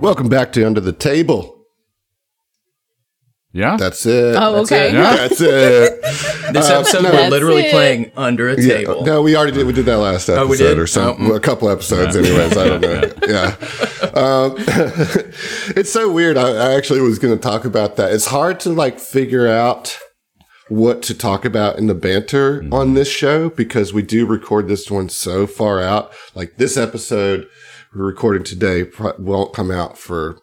Welcome back to Under the Table. Yeah. That's it. Oh, That's okay. it. Yeah. That's it. This episode, no. we're literally Uh, That's it. playing under a Yeah, table. no, we already did. We did that last episode Oh, we did? or something. Oh, mm. a couple episodes, anyways. I don't know. Yeah. Um, it's so weird. I, I actually was going to talk about that. It's hard to like figure out what to talk about in the banter Mm-hmm. on this show because we do record this one so far out. Like this episode we're recording today pro- won't come out for,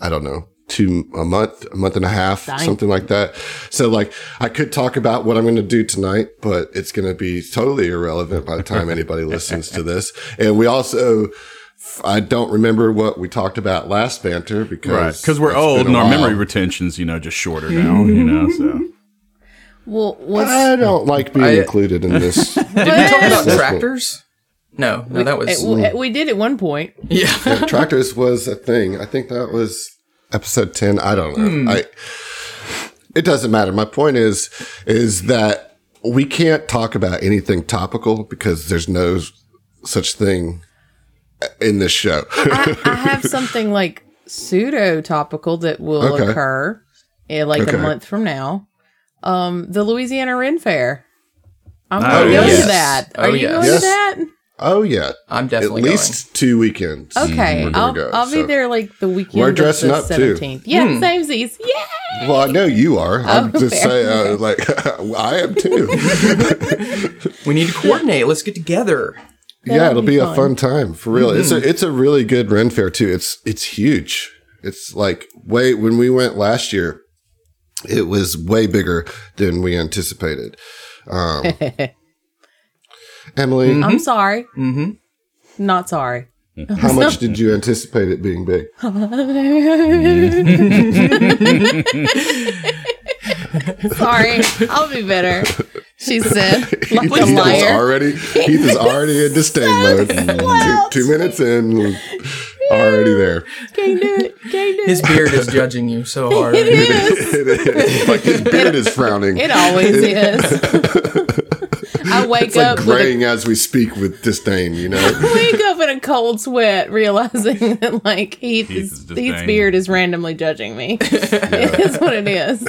I don't know. Two a month, a month and a half, something like that. So, like, I could talk about what I'm going to do tonight, but it's going to be totally irrelevant by the time anybody listens to this. And we also, I don't remember what we talked about last banter because Right. Because we're it's been old a and our while. Mm-hmm. memory retention's, you know, just shorter now, you know, so. Well, what's I don't like being I- included in this. Did we talk about That's what- tractors? No, no, that was. Uh, we- we did at one point. yeah. Yeah, tractors was a thing. I think that was episode ten. I don't know. Hmm. I it doesn't matter. My point is is that we can't talk about anything topical because there's no such thing in this show. I, I have something like pseudo topical that will Okay. occur in like Okay. a month from now. Um, the Louisiana Ren Fair. I'm Oh, going to go yes. to that. Oh, Are you yes. going Yes. to that? oh yeah, I'm at definitely least two weekends. Okay, we're gonna I'll, go, I'll be so. there like the weekend. We're of dressing the up, too. 17th. Yeah, same Z's. Yeah. Well, I know you are. I'm Oh, just fair. saying, uh, like I am too. going. We need to coordinate. Let's get together. yeah, it'll be be, a fun fun. time for real. It's a it's a really good Ren fair too. It's it's huge. It's like way when we went last year, it was way bigger than we anticipated. Um, Emily, I'm sorry. Mm-hmm. Not sorry. how much did you anticipate it being big? sorry. I'll be better. She said, like a Heath is liar. already Heath is already in disdain mode. Mm, Two, close. two minutes in, already there. Can't do it. Can't do His it. beard is judging you so hard. It is. It's like his beard is frowning. It always is. I wake It's like up with a graying as we speak with disdain. You know. wake up in a cold sweat realizing that like Heath, Heath is is, just Heath's dang. beard is randomly judging me. it is what it is.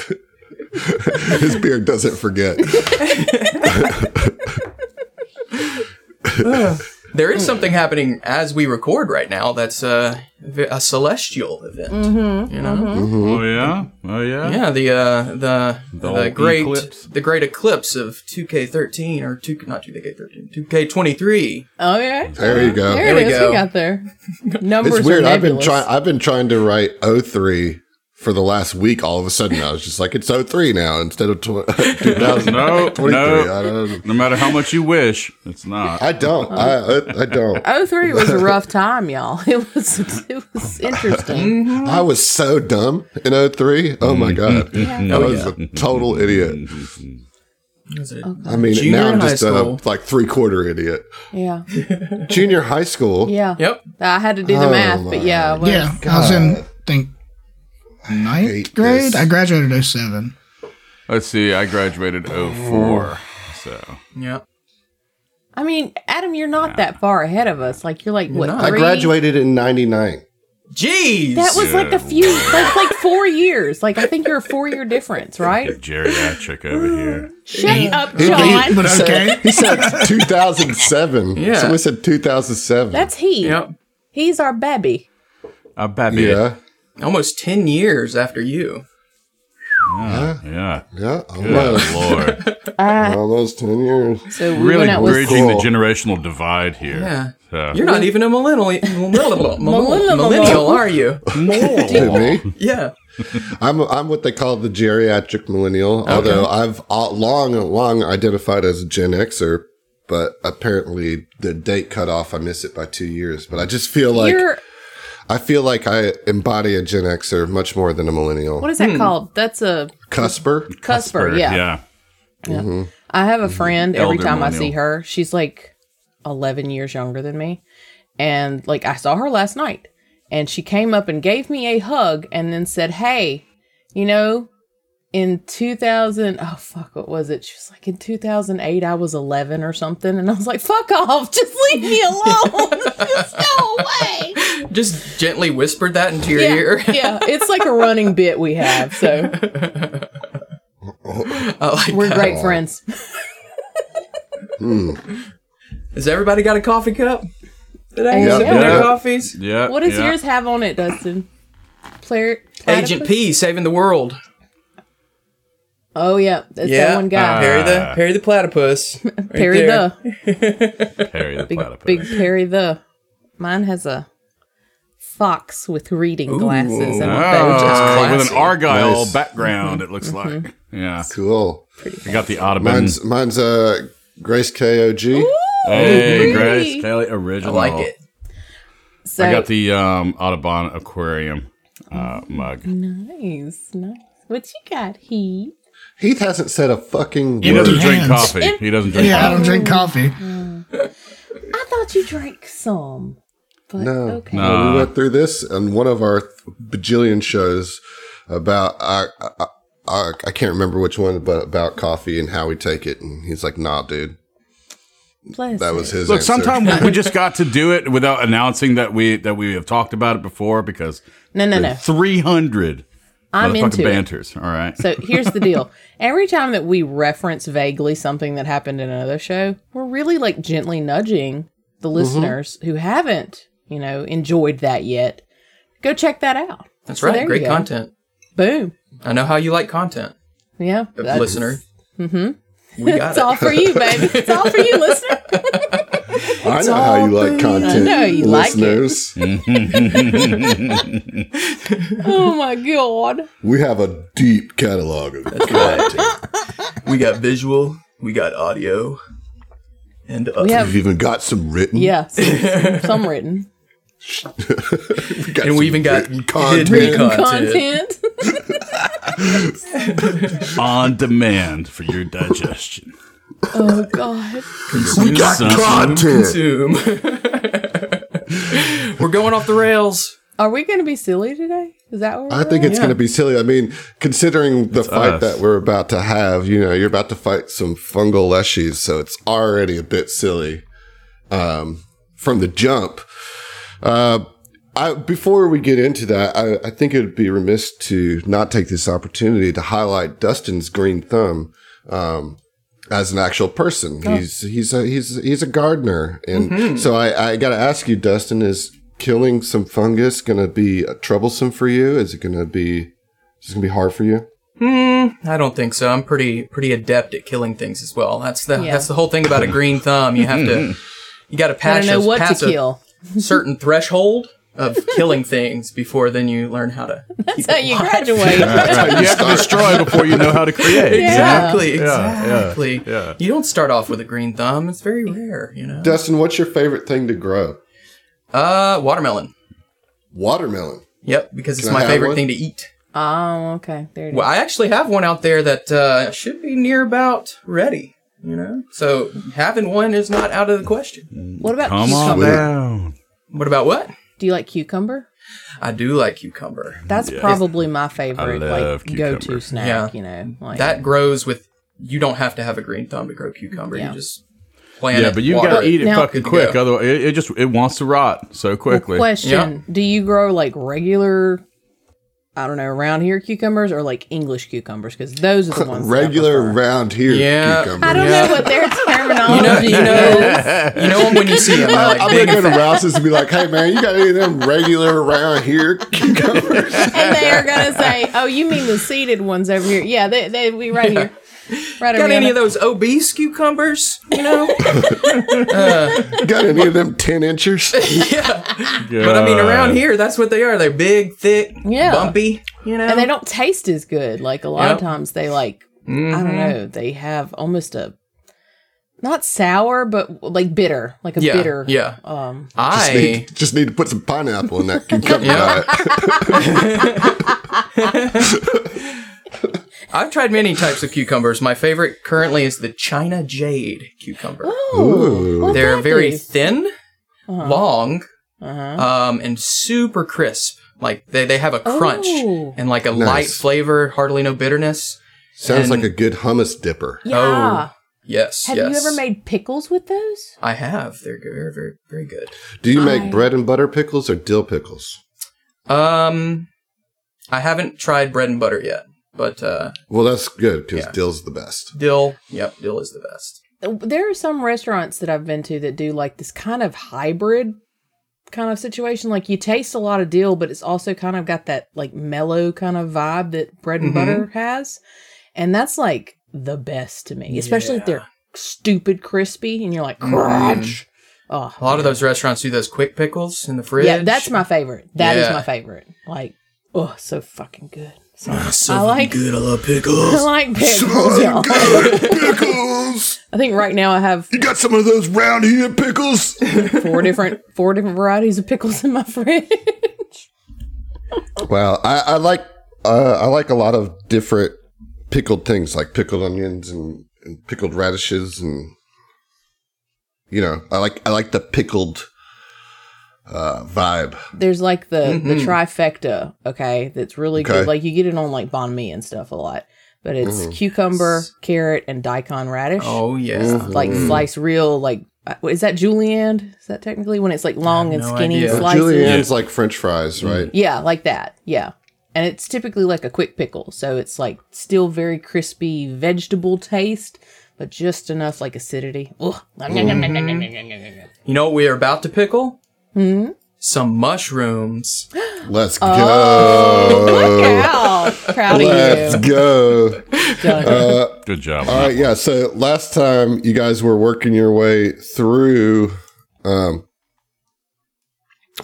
His beard doesn't forget. There is something happening as we record right now that's uh, a celestial event. Mm-hmm, You know, Oh, yeah. Oh, yeah. yeah the uh, the the, old great eclipse. the great eclipse of 2K13 or 2 not 2K13 2K23. Oh yeah. There you go. There, we it is. go. We got there. Numbers It's weird. Are I've been nebulous. trying. I've been trying to write 03 for the last week. All of a sudden, I was just like, it's 03 now instead of tw- 2023. No, I no. don't. No matter how much you wish, it's not. I don't. I, I, I don't. 03 was a rough time, y'all. It was it was interesting. I was so dumb in 03. Oh my god, I was a total idiot. Was it I mean, Junior now I'm high just a school. like three quarter idiot. Yeah. Junior high school. Yeah. Yep. I had to do the Oh, math, my but yeah. it was- Yeah, I was in think ninth hate grade. this. I graduated 07. Let's see. I graduated 04. So, Yep. I mean, Adam, you're not that far ahead of us. Like you're like what? not. I three? graduated in '99. Jeez. That was like a few, like like four years. Like I think you're a four year difference, right? geriatric over Mm-hmm. here. Shut up, John. But okay. He said 2007. Yeah. Someone said 2007. That's he. yep. He's our baby. A baby. yeah. Almost 10 years after you. Yeah. Yeah, Good almost, Lord. almost 10 years. So we Really went out with bridging Cool. the generational divide here. Yeah. So. You're not even a millennial, millennial, Millennial. millennial, are you? To me, Yeah. I'm, I'm what they call the geriatric millennial, although I've uh, long, long identified as a Gen Xer, but apparently the date cutoff, I miss it by two years. But I just feel like, you're I feel like I embody a Gen Xer much more than a millennial. what is that called? That's a Cusper? cusper. Or- Yeah. I have a friend. Every Elder time I millennial. see her, she's like eleven years younger than me, and like I saw her last night, and she came up and gave me a hug, and then said, "Hey, you know." in 2000, oh fuck, what was it? She was like, in 2008, I was 11 or something. And I was like, fuck off, just leave me alone. just go away. Just gently whispered that into your Yeah, ear. yeah, it's like a running bit we have. So I like we're that. great friends. Has everybody got a coffee cup? Today, Yeah. sipping their Yeah. coffees. Yeah. What does yeah. yours have on it, Dustin? Player, Agent platypus? P saving the world. Oh yeah, that's that one Uh, guy. Perry the Ah. Perry the platypus. Right Perry there. the Harry the big, platypus. big Perry the. Mine has a fox with reading glasses and a bow Mm-hmm. tie. Ah, Oh, with classy. an argyle Nice. background, it looks like. Yeah, Cool. I got the Ottoman. Mine's mine's uh, Grace KOG. hey, Ooh, Grace pretty. Kelly I original. like it. So I got the um, Audubon Aquarium uh, mug. nice, nice. What you got, he? Heath hasn't said a fucking He word. doesn't drink Hands. coffee. He doesn't drink. Yeah, I coffee. don't drink coffee. I thought you drank some, but No. okay. No. we went through this and one of our th- bajillion shows about I, I, I, I can't remember which one, but about coffee and how we take it. And he's like, "Nah, dude, Bless that it. was his." Look, answer. sometimes we just got to do it without announcing that we that we have talked about it before because no, no, no. three hundred I'm motherfucking into it. banters. All right, So here's the deal. Every time that we reference vaguely something that happened in another show, we're really like gently nudging the Mm-hmm. listeners who haven't, you know, enjoyed that yet. Go check that out. That's So there right. you Great go. content. Boom. I know how you like content, Yeah. that's- listener. Mm-hmm. We got It's all it. for you, baby. It's all for you, listener. I know how you like content, I know you like it. listeners. Mm. Oh my god. We have a deep catalog of content. We got visual. We got audio. And uh, We have We've even got some written. yeah, some, some- some written we got and some we even got written content. hidden content. content. content. on demand for your digestion. oh god. We got Something. content. Zoom. We're going off the rails. Are we going to be silly today? Is that what I think it's going to be silly. I mean, considering the fight us. that we're about to have, you know, you're about to fight some fungal leshies, so it's already a bit silly um, from the jump. Uh, I, before we get into that, I, I think it would be remiss to not take this opportunity to highlight Dustin's green thumb um, as an actual person. Oh. He's he's a he's he's a gardener, and Mm-hmm. so I, I got to ask you, Dustin, is killing some fungus going to be troublesome for you? Is it going to be is it going to be hard for you? I don't think so. I'm pretty pretty adept at killing things as well. That's the Yeah. that's the whole thing about a green thumb. You have to you got to I pass, don't know a- what pass to a kill. certain threshold of killing things before then you learn how to. That's keep how it you alive. graduate. you have to destroy before you know how to create. Exactly. Yeah, yeah, Exactly. yeah. You don't start off with a green thumb. It's very rare, you know. Dustin, what's your favorite thing to grow? Uh, watermelon. Watermelon. Yep, because it's Can I my have favorite one? thing to eat. Oh, okay. There it is. Well, I actually have one out there that uh, should be near about ready. You know, so having one is not out of the question. What about Come on cucumber? down. What about what? Do you like cucumber? I do like cucumber. That's probably my favorite love like cucumber. go to snack, Yeah. you know. Like That grows with. You don't have to have a green thumb to grow cucumber. Yeah. You just plant yeah, it, but you've water got to eat it Now- fucking Good to quick. go. Otherwise, it, it just it wants to rot so quickly. question. Do you grow like regular I don't know, around here cucumbers or like English cucumbers because those are the ones that I Regular prefer. round here Yeah. I cucumber. don't know what their terminology You know- you know- is. You know 'em when you see them. They're I, like I'm big gonna go to Rouse's and be like, "Hey man, you got any of them regular around here cucumbers?" And they are gonna say, "Oh, you mean the seeded ones over here? Yeah, they, they we right here, right over Got any here." of those obese cucumbers? You know? got any of them ten inchers? but I mean, Uh, around here, that's what they are. They're big, thick, Yeah. bumpy. You know? and they don't taste as good. Like a lot of Yep. Mm-hmm. times they like I don't know, they have almost a not sour but like bitter, like a yeah, bitter. Yeah. Um Just I need, just need to put some pineapple in that cucumber Yeah. diet. I've tried many types of cucumbers. My favorite currently is the China jade cucumber. Oh, Ooh. what'd They're that very do? thin, long, Uh-huh. um, and super crisp. Like they, they have a crunch Oh. and like a Nice. light flavor, hardly no bitterness. Sounds And- like a good hummus dipper. Yeah. Yes. Have oh, yes. you ever made pickles with those? I have. They're good- very, very, very good. Do you I- make bread and butter pickles or dill pickles? Um, I haven't tried bread and butter yet, but uh, Well, that's good because Yeah. dill's the best. dill. Yep, dill is the best. There are some restaurants that I've been to that do like this kind of hybrid kind of situation. Like you taste a lot of dill, but it's also kind of got that like mellow kind of vibe that bread and Mhm. butter has. And that's like the best to me, especially if Yeah. they're stupid crispy and you're like, Mhm. crunch. Oh, A lot of those restaurants do those quick pickles in the fridge. Yeah, that's my favorite. That is Yeah. my favorite. Like, oh, so fucking good. So, So I like good. I love I pickles. like pickles. y'all. pickles! I think right now I have You got some of those round here pickles? four different four different varieties of pickles in my fridge. Well, I, I like uh, I like a lot of different pickled things, like pickled onions and, and pickled radishes, and you know, I like I like the pickled uh, vibe. There's like the the Mhm. trifecta, okay, that's really good. Okay. Like you get it on like banh mi and stuff a lot, but it's Mhm. cucumber, carrot, and daikon radish. Oh yeah. Mhm. Like sliced real, like uh, is that julienne? Is that technically when it's like long and no skinny idea. slices? Julienne's like French fries, right? Yeah, like that. Yeah. And it's typically like a quick pickle. So it's like still very crispy vegetable taste, but just enough like acidity. Ugh. You know what we are about to pickle? Hmm? Some mushrooms. Mm. Let's Oh, go. Wow. Proud Let's of go. you. Done. Good job. All right, yeah. So last time you guys were working your way through. Um,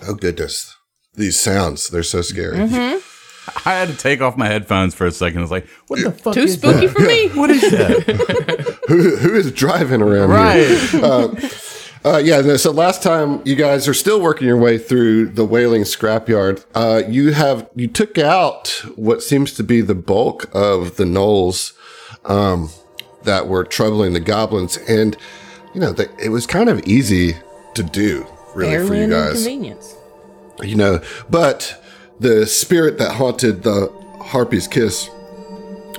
oh goodness, these sounds—they're so scary. I had to take off my headphones for a second. I was like, what the fuck? Too is spooky for me. What is that? Who who is driving around here? right. Uh, yeah. No, so last time you guys are still working your way through the whaling scrapyard. Uh, you have you took out what seems to be the bulk of the knolls um, that were troubling the goblins, and you know they, it was kind of easy to do, really, for Barely you an guys. inconvenience. you know but the spirit that haunted the harpy's kiss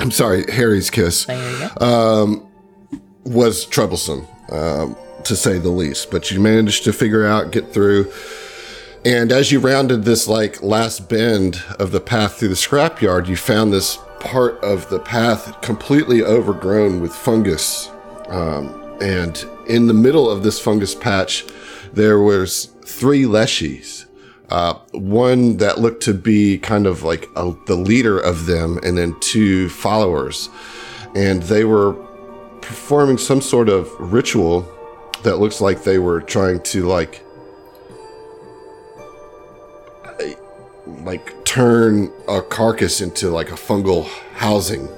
i'm sorry harry's kiss There you go. was troublesome um, to say the least but you managed to figure out get through and as you rounded this like last bend of the path through the scrapyard you found this part of the path completely overgrown with fungus um, and in the middle of this fungus patch there was three leshies uh, one that looked to be kind of like a, the leader of them and then two followers and they were performing some sort of ritual that looks like they were trying to like like turn a carcass into like a fungal housing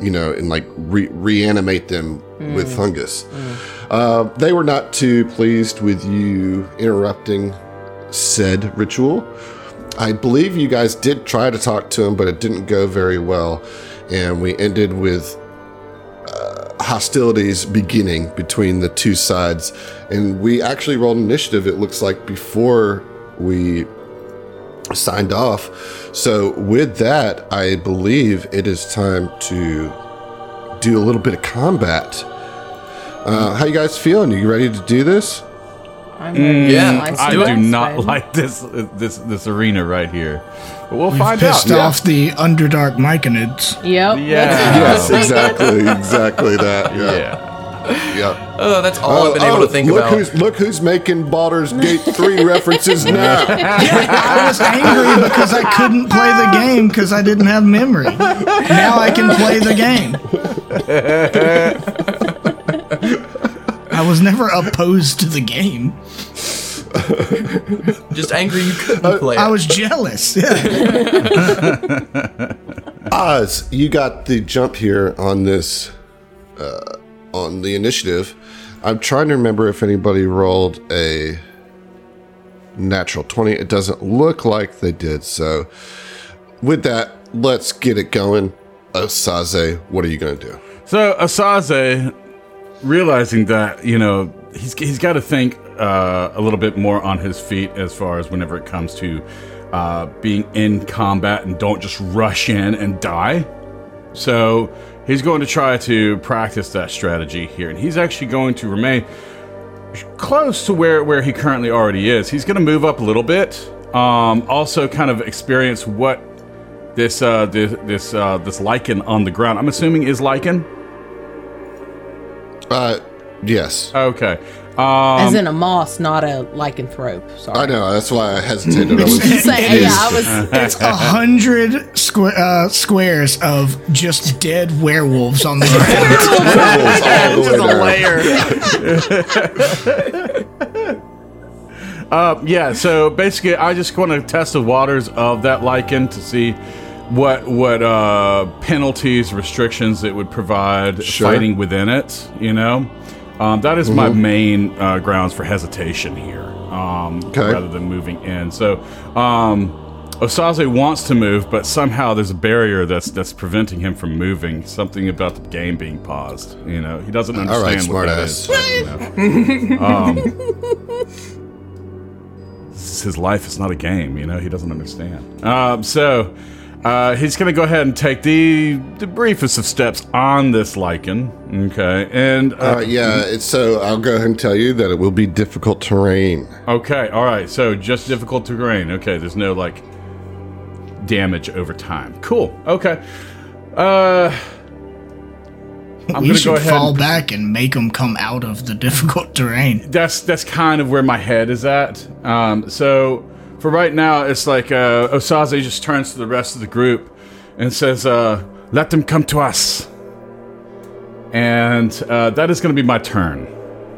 you know and like re- reanimate them with fungus uh, they were not too pleased with you interrupting said ritual I believe you guys did try to talk to him, but it didn't go very well. And we ended with uh, hostilities beginning between the two sides. And we actually rolled initiative, it looks like, before we signed off. So, with that, I believe it is time to do a little bit of combat. Uh, how you guys feeling? you ready to do this? Mm. I'm ready to yeah, slice I the do rice, not baby. like this this this arena right here. But we'll find out. Pissed off the Underdark Myconids. Yep. Yeah. that's- Yes, exactly, exactly that. Yeah, Yeah. yeah. Oh, that's all I've been able to think look about. Who's, look who's making Baldur's Gate 3 references now. I was angry because I couldn't play the game because I didn't have memory. Now I can play the game. I was never opposed to the game. Just angry you couldn't play. I it. was jealous. Yeah. Oz, you got the jump here on this, uh, on the initiative. I'm trying to remember if anybody rolled a natural 20. It doesn't look like they did. So, with that, let's get it going. Osaze, what are you going to do? So Asaze, realizing that you know he's he's got to think uh, a little bit more on his feet as far as whenever it comes to uh, being in combat and don't just rush in and die. So He's going to try to practice that strategy here, and he's actually going to remain close to where, where he currently already is. He's going to move up a little bit. Um, also, kind of experience what this uh, this this, uh, this lichen on the ground. I'm assuming is lichen. Uh, yes. Okay. Uh, As in a moss, not a lycanthrope. Sorry. I know. That's why I hesitated. I was- Say, it yeah, is- I was. It's a hundred squ- uh, squares of just dead werewolves on the ground. werewolves all the way down. Uh, yeah. So basically, I just want to test the waters of that lichen to see what what uh, penalties, restrictions it would provide Sure. Mm-hmm. fighting within it. You know, um, that is my main uh, grounds for hesitation here, um, Okay. rather than moving in. So. Um, Osaze wants to move, but somehow there's a barrier that's that's preventing him from moving. Something about the game being paused. You know, he doesn't All understand right, what that smartass. is. you know. It's his life is not a game, you know. He doesn't understand. Um, so uh, he's going to go ahead and take the the briefest of steps on this lichen. Okay, and All uh, right, yeah. It's, so I'll go ahead and tell you that it will be difficult terrain. okay, all right. So just difficult terrain. Okay, there's no like damage over time. Cool. Okay. Uh, I'm You going to go should ahead. fall and- back and make them come out of the difficult terrain. that's that's kind of where my head is at. Um, so for right now, it's like uh, Osaze just turns to the rest of the group and says, uh, "Let them come to us." And uh, that is going to be my turn.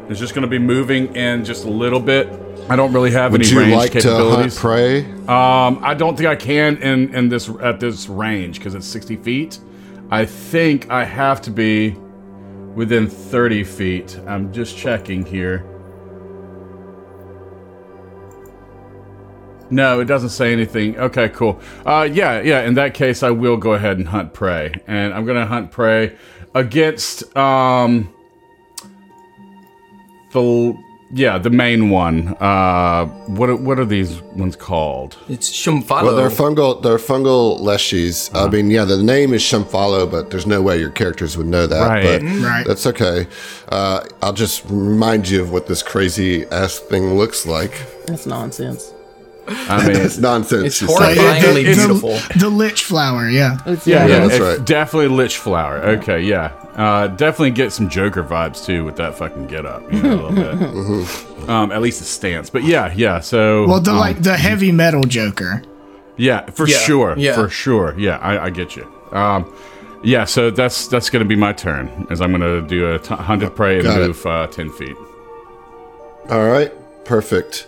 It's just going to be moving in just a little bit. I don't really have Would any you range like to hunt capabilities. prey? um, I don't think I can in, in this at this range because it's sixty feet. I think I have to be within thirty feet. I'm just checking here. No, it doesn't say anything. Okay, cool. Uh, yeah, yeah. In that case, I will go ahead and hunt prey, and I'm gonna hunt prey against um the yeah the main one. Uh, what are- what are these ones called? It's Shumfalo. Well, they're fungal. They're fungal leshies. I mean, yeah, the name is Shumfalo, but there's no way your characters would know that. But Right. Right. That's okay. Uh, I'll just remind you of what this crazy ass thing looks like. That's nonsense. I mean, It's nonsense. It's she horrifying. said. Finally the, beautiful. the lich flower, yeah. It's, yeah, yeah, that's it's right. definitely lich flower. Okay, yeah, uh, definitely get some Joker vibes too with that fucking get up. You know, a little bit. um, at least the stance, but yeah, yeah. So Well, the um, like the heavy metal Joker. Yeah, for Yeah, sure. yeah. For sure. Yeah, I, I get you. Um, yeah, so that's that's going to be my turn, as I'm going to do a t- hunted prey and Got it. move uh, 10 feet. All right, perfect.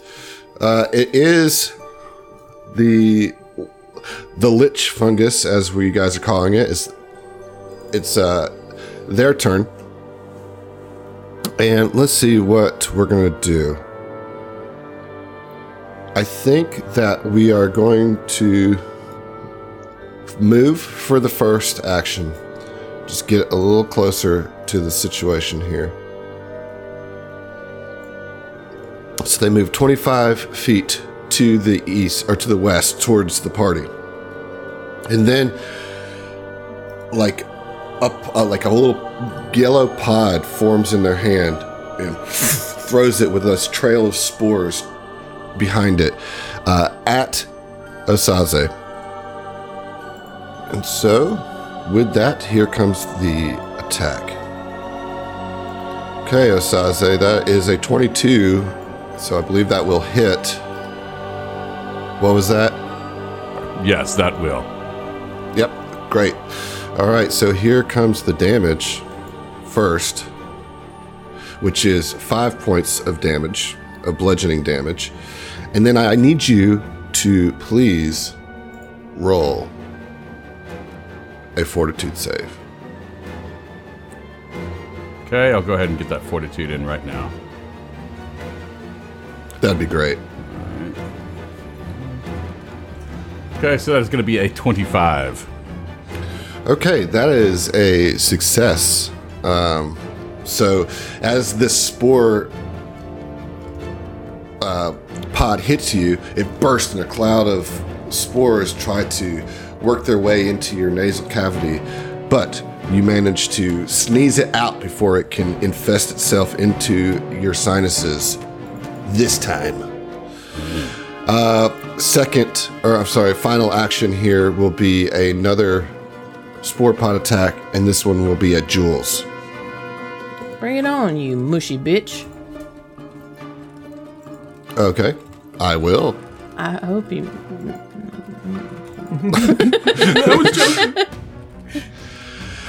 Uh, it is the the lich fungus, as we guys are calling it. Is it's uh, their turn, and let's see what we're gonna do. I think that we are going to move for the first action. Just get a little closer to the situation here. So they move 25 feet to the east or to the west towards the party. And then like up uh, like a little yellow pod forms in their hand and throws it with this trail of spores behind it uh, at Osaze. And so with that here comes the attack. Okay, Osaze, that is a 22, so I believe that will hit. What was that? Yes, that will. Yep, great. All right, so here comes the damage first, which is five points of damage, of bludgeoning damage. And then I need you to please roll a fortitude save. Okay, I'll go ahead and get that fortitude in right now. That'd be great. Okay, so that's going to be a 25. Okay, that is a success. Um, so, as this spore uh, pod hits you, it bursts in a cloud of spores, try to work their way into your nasal cavity, but you manage to sneeze it out before it can infest itself into your sinuses this time. Uh, second, or I'm sorry, final action here will be another spore pod attack, and this one will be at Jules. Bring it on, you mushy bitch. Okay, I will. I hope you.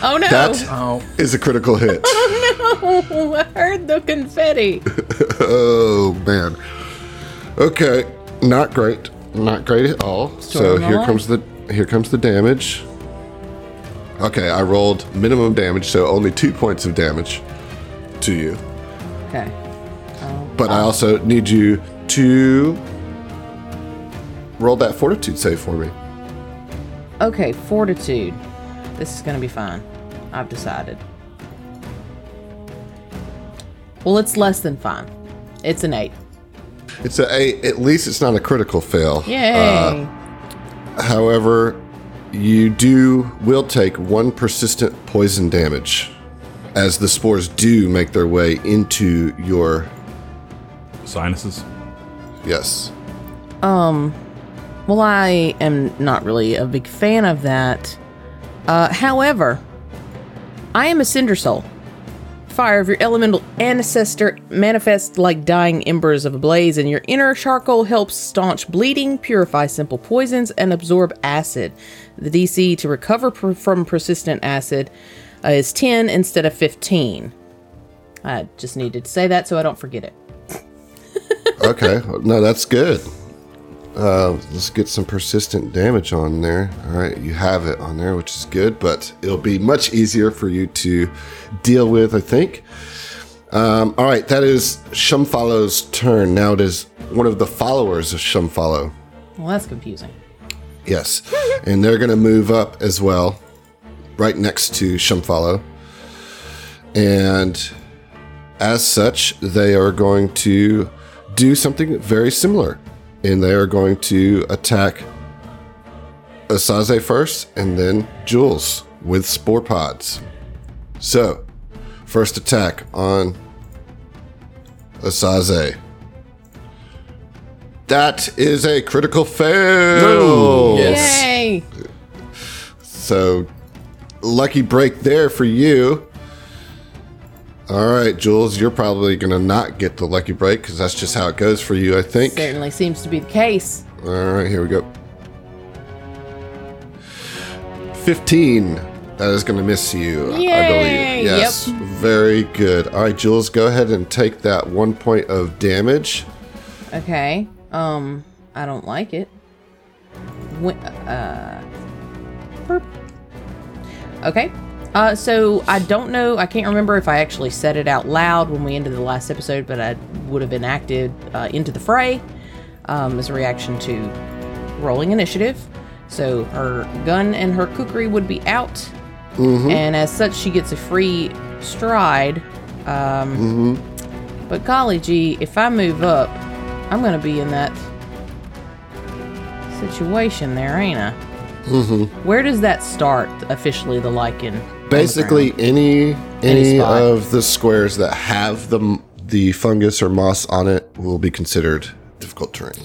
Oh no! That Oh, is a critical hit. Oh, I heard the confetti. Oh man. Okay, not great, not great at all. so Storm here along. comes the here comes the damage. Okay, I rolled minimum damage, so only two points of damage to you. Okay. But I also need you to roll that fortitude save for me. Okay, fortitude. This is gonna be fine. I've decided. Well, it's less than fine. It's an eight. It's a, a at least it's not a critical fail. Yay! Uh, However, you do will take one persistent poison damage as the spores do make their way into your Sinuses. yes. Um, well, I am not really a big fan of that. Uh, however, I am a cinder soul. Fire of your elemental ancestor manifests like dying embers of a blaze, and your inner charcoal helps staunch bleeding, purify simple poisons, and absorb acid. The DC to recover pr- from persistent acid uh, is 10 instead of 15. I just needed to say that so I don't forget it. Okay, no, that's good. Uh, let's get some persistent damage on there. All right, you have it on there, which is good, but it'll be much easier for you to deal with, I think. Um, all right, that is Shumfalo's turn. Now it is one of the followers of Shumfalo. Well, that's confusing. Yes. and they're going to move up as well, right next to Shumfalo. And as such, they are going to do something very similar. And they are going to attack Asaze first and then Jules with spore pods. So, first attack on Asaze. That is a critical fail. yes. Yay! So, lucky break there for you. All right, Jules, you're probably going to not get the lucky break because that's just how it goes for you, I think. Certainly seems to be the case. All right, here we go. 15. That is going to miss you, I Yay! believe. Yes. Very good. All right, Jules, go ahead and take that one point of damage. Okay. Um, I don't like it. When, uh, burp. Okay. Uh, so I don't know. I can't remember if I actually said it out loud when we ended the last episode, but I would have enacted uh, into the fray um, as a reaction to rolling initiative. So her gun and her kukri would be out, and as such, she gets a free stride. Um, But golly gee, if I move up, I'm gonna be in that situation there, ain't I? Mm-hmm. Where does that start officially? The lichen. Basically, any any spot. of the squares that have the m- the fungus or moss on it will be considered difficult terrain.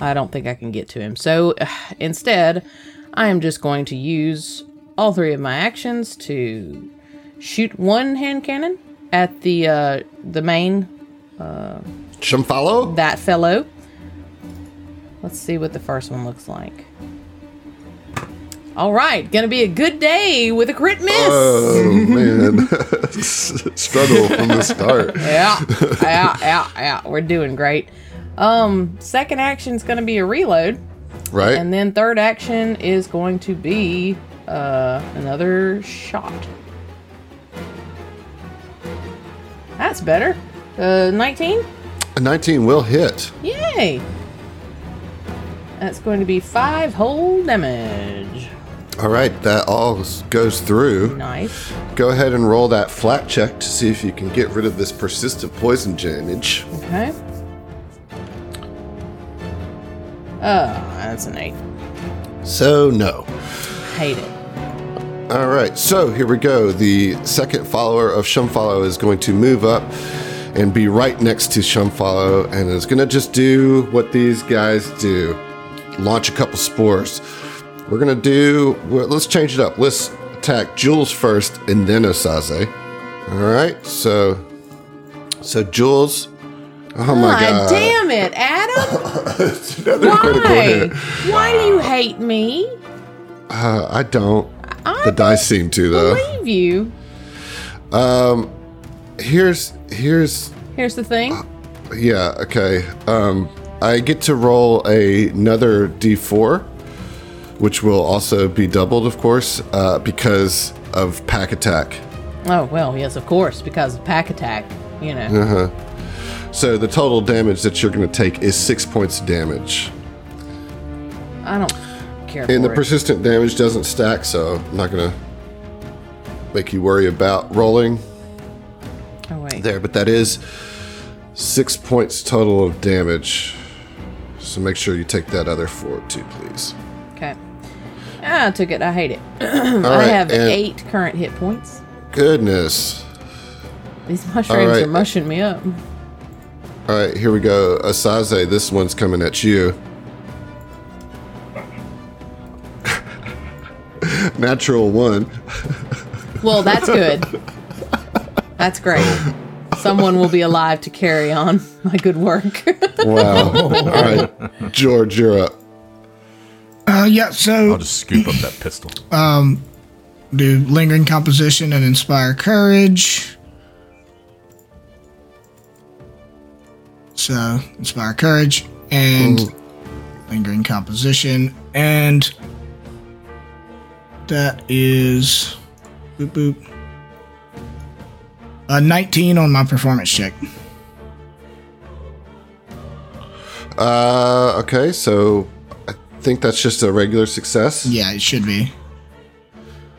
I don't think I can get to him. So instead, I am just going to use all three of my actions to shoot one hand cannon at the uh, the main Shumfalo? that fellow. Let's see what the first one looks like. All right, gonna be a good day with a crit miss. Oh man, struggle from the start. yeah, yeah, yeah, yeah. We're doing great. Um, second action's gonna be a reload, Right? and then third action is going to be uh another shot. That's better. Uh, nineteen. A 19 will hit. Yay! That's going to be five whole damage. All right, that all s- goes through. Nice. Go ahead and roll that flat check to see if you can get rid of this persistent poison damage. Okay. Oh, Uh, that's an eight. So no. Hate it. All right, so here we go. The second follower of Shumfollow is going to move up and be right next to Shumfollow and is going to just do what these guys do launch a couple spores. We're going to do, well, let's change it up. Let's attack Jules first and then Osaze. All right, so so Jules. Oh my God, god. damn it, Adam! Another critical Why? hit. Why do you hate me? Uh, I don't. I the dice uh, seem to though. believe you. Here's here's Here's the thing. Yeah, okay. Um, I get to roll a, another d4, which will also be doubled, of course, uh, because of pack attack. Oh well, yes, of course, because of pack attack. You know. So the total damage that you're going to take is six points of damage. I don't care And for the it. persistent damage doesn't stack, so I'm not going to make you worry about rolling oh wait. there, but that is six points total of damage. So make sure you take that other four too, please. Okay. Ah, I took it. I hate it. All I right, have and- eight current hit points. Goodness. These mushrooms right. are mushing me up. All right, here we go. Asaze, this one's coming at you. Natural one. Well, that's good. that's great. Someone will be alive to carry on my good work. Wow. All right, George, you're up. Uh, yeah, so I'll just scoop up that pistol. do lingering composition and inspire courage. So inspire courage and lingering composition, and that is boop boop. A 19 on my performance check. Uh, okay, so I think that's just a regular success. Yeah, it should be.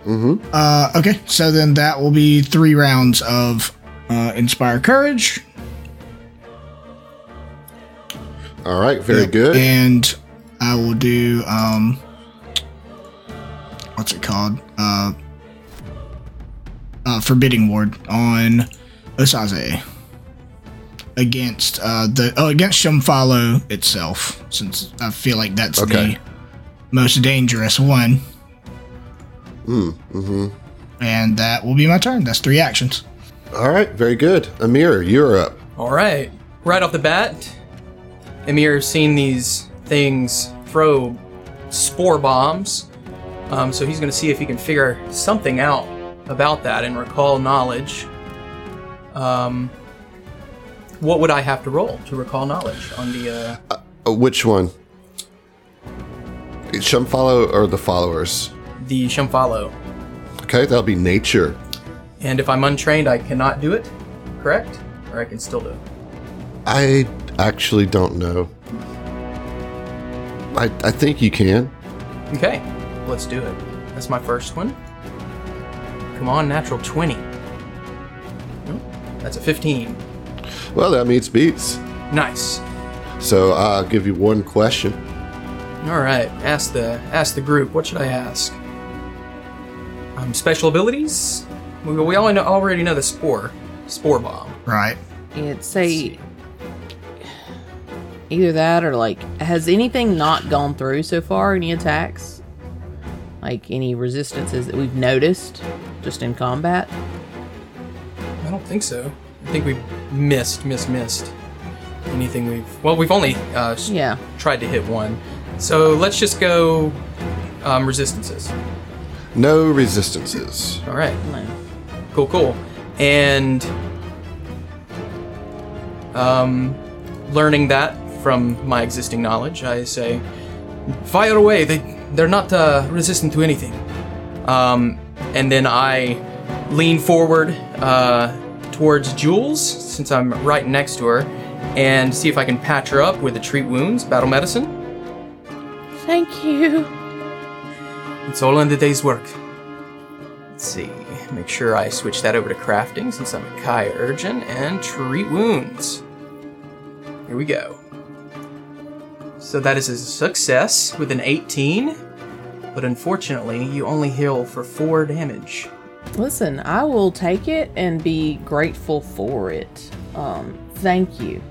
Mm-hmm. Uh, okay, so then that will be three rounds of uh, inspire courage. All right, very Yep, good. And I will do um what's it called? Uh uh forbidding ward on Osaze against uh the oh against Shumfalo itself since I feel like that's Okay. the most dangerous one. Mm, mm-hmm. Hmm, mm-hmm. And that will be my turn. That's three actions. All right, very good. Amir, you're up. All right. Right off the bat, Emir has seen these things throw spore bombs. Um, so he's going to see if he can figure something out about that and recall knowledge. Um, what would I have to roll to recall knowledge on the? Uh, Uh, which one? Shum follow or the followers? the Shumfalo. Okay, that'll be nature. And if I'm untrained, I cannot do it, correct? Or I can still do it. I actually don't know. I, I think you can. Okay, let's do it. That's my first one. Come on, natural 20. Nope, That's a 15. Well, that means beats. Nice. So I'll give you one question. All right, ask the ask the group. What should I ask? Um, special abilities. We, we all know, already know the spore, spore bomb. Right. It's a either that or like has anything not gone through so far? Any attacks? Like any resistances that we've noticed just in combat? I don't think so. I think we missed, missed, missed. Anything we've well, we've only uh, s- Yeah. tried to hit one. So let's just go um, resistances. No resistances. All right. No. Cool, cool. And um, learning that from my existing knowledge, I say, fire away. They they're not uh, resistant to anything. Um, and then I lean forward uh, towards Jules, since I'm right next to her, and see if I can patch her up with the treat wounds battle medicine. Thank you. It's all in the day's work. Let's see. Make sure I switch that over to crafting since I'm a Kai Urgent and treat wounds. Here we go. So that is a success with an 18. but unfortunately, you only heal for four damage. Listen, I will take it and be grateful for it. Um, thank you.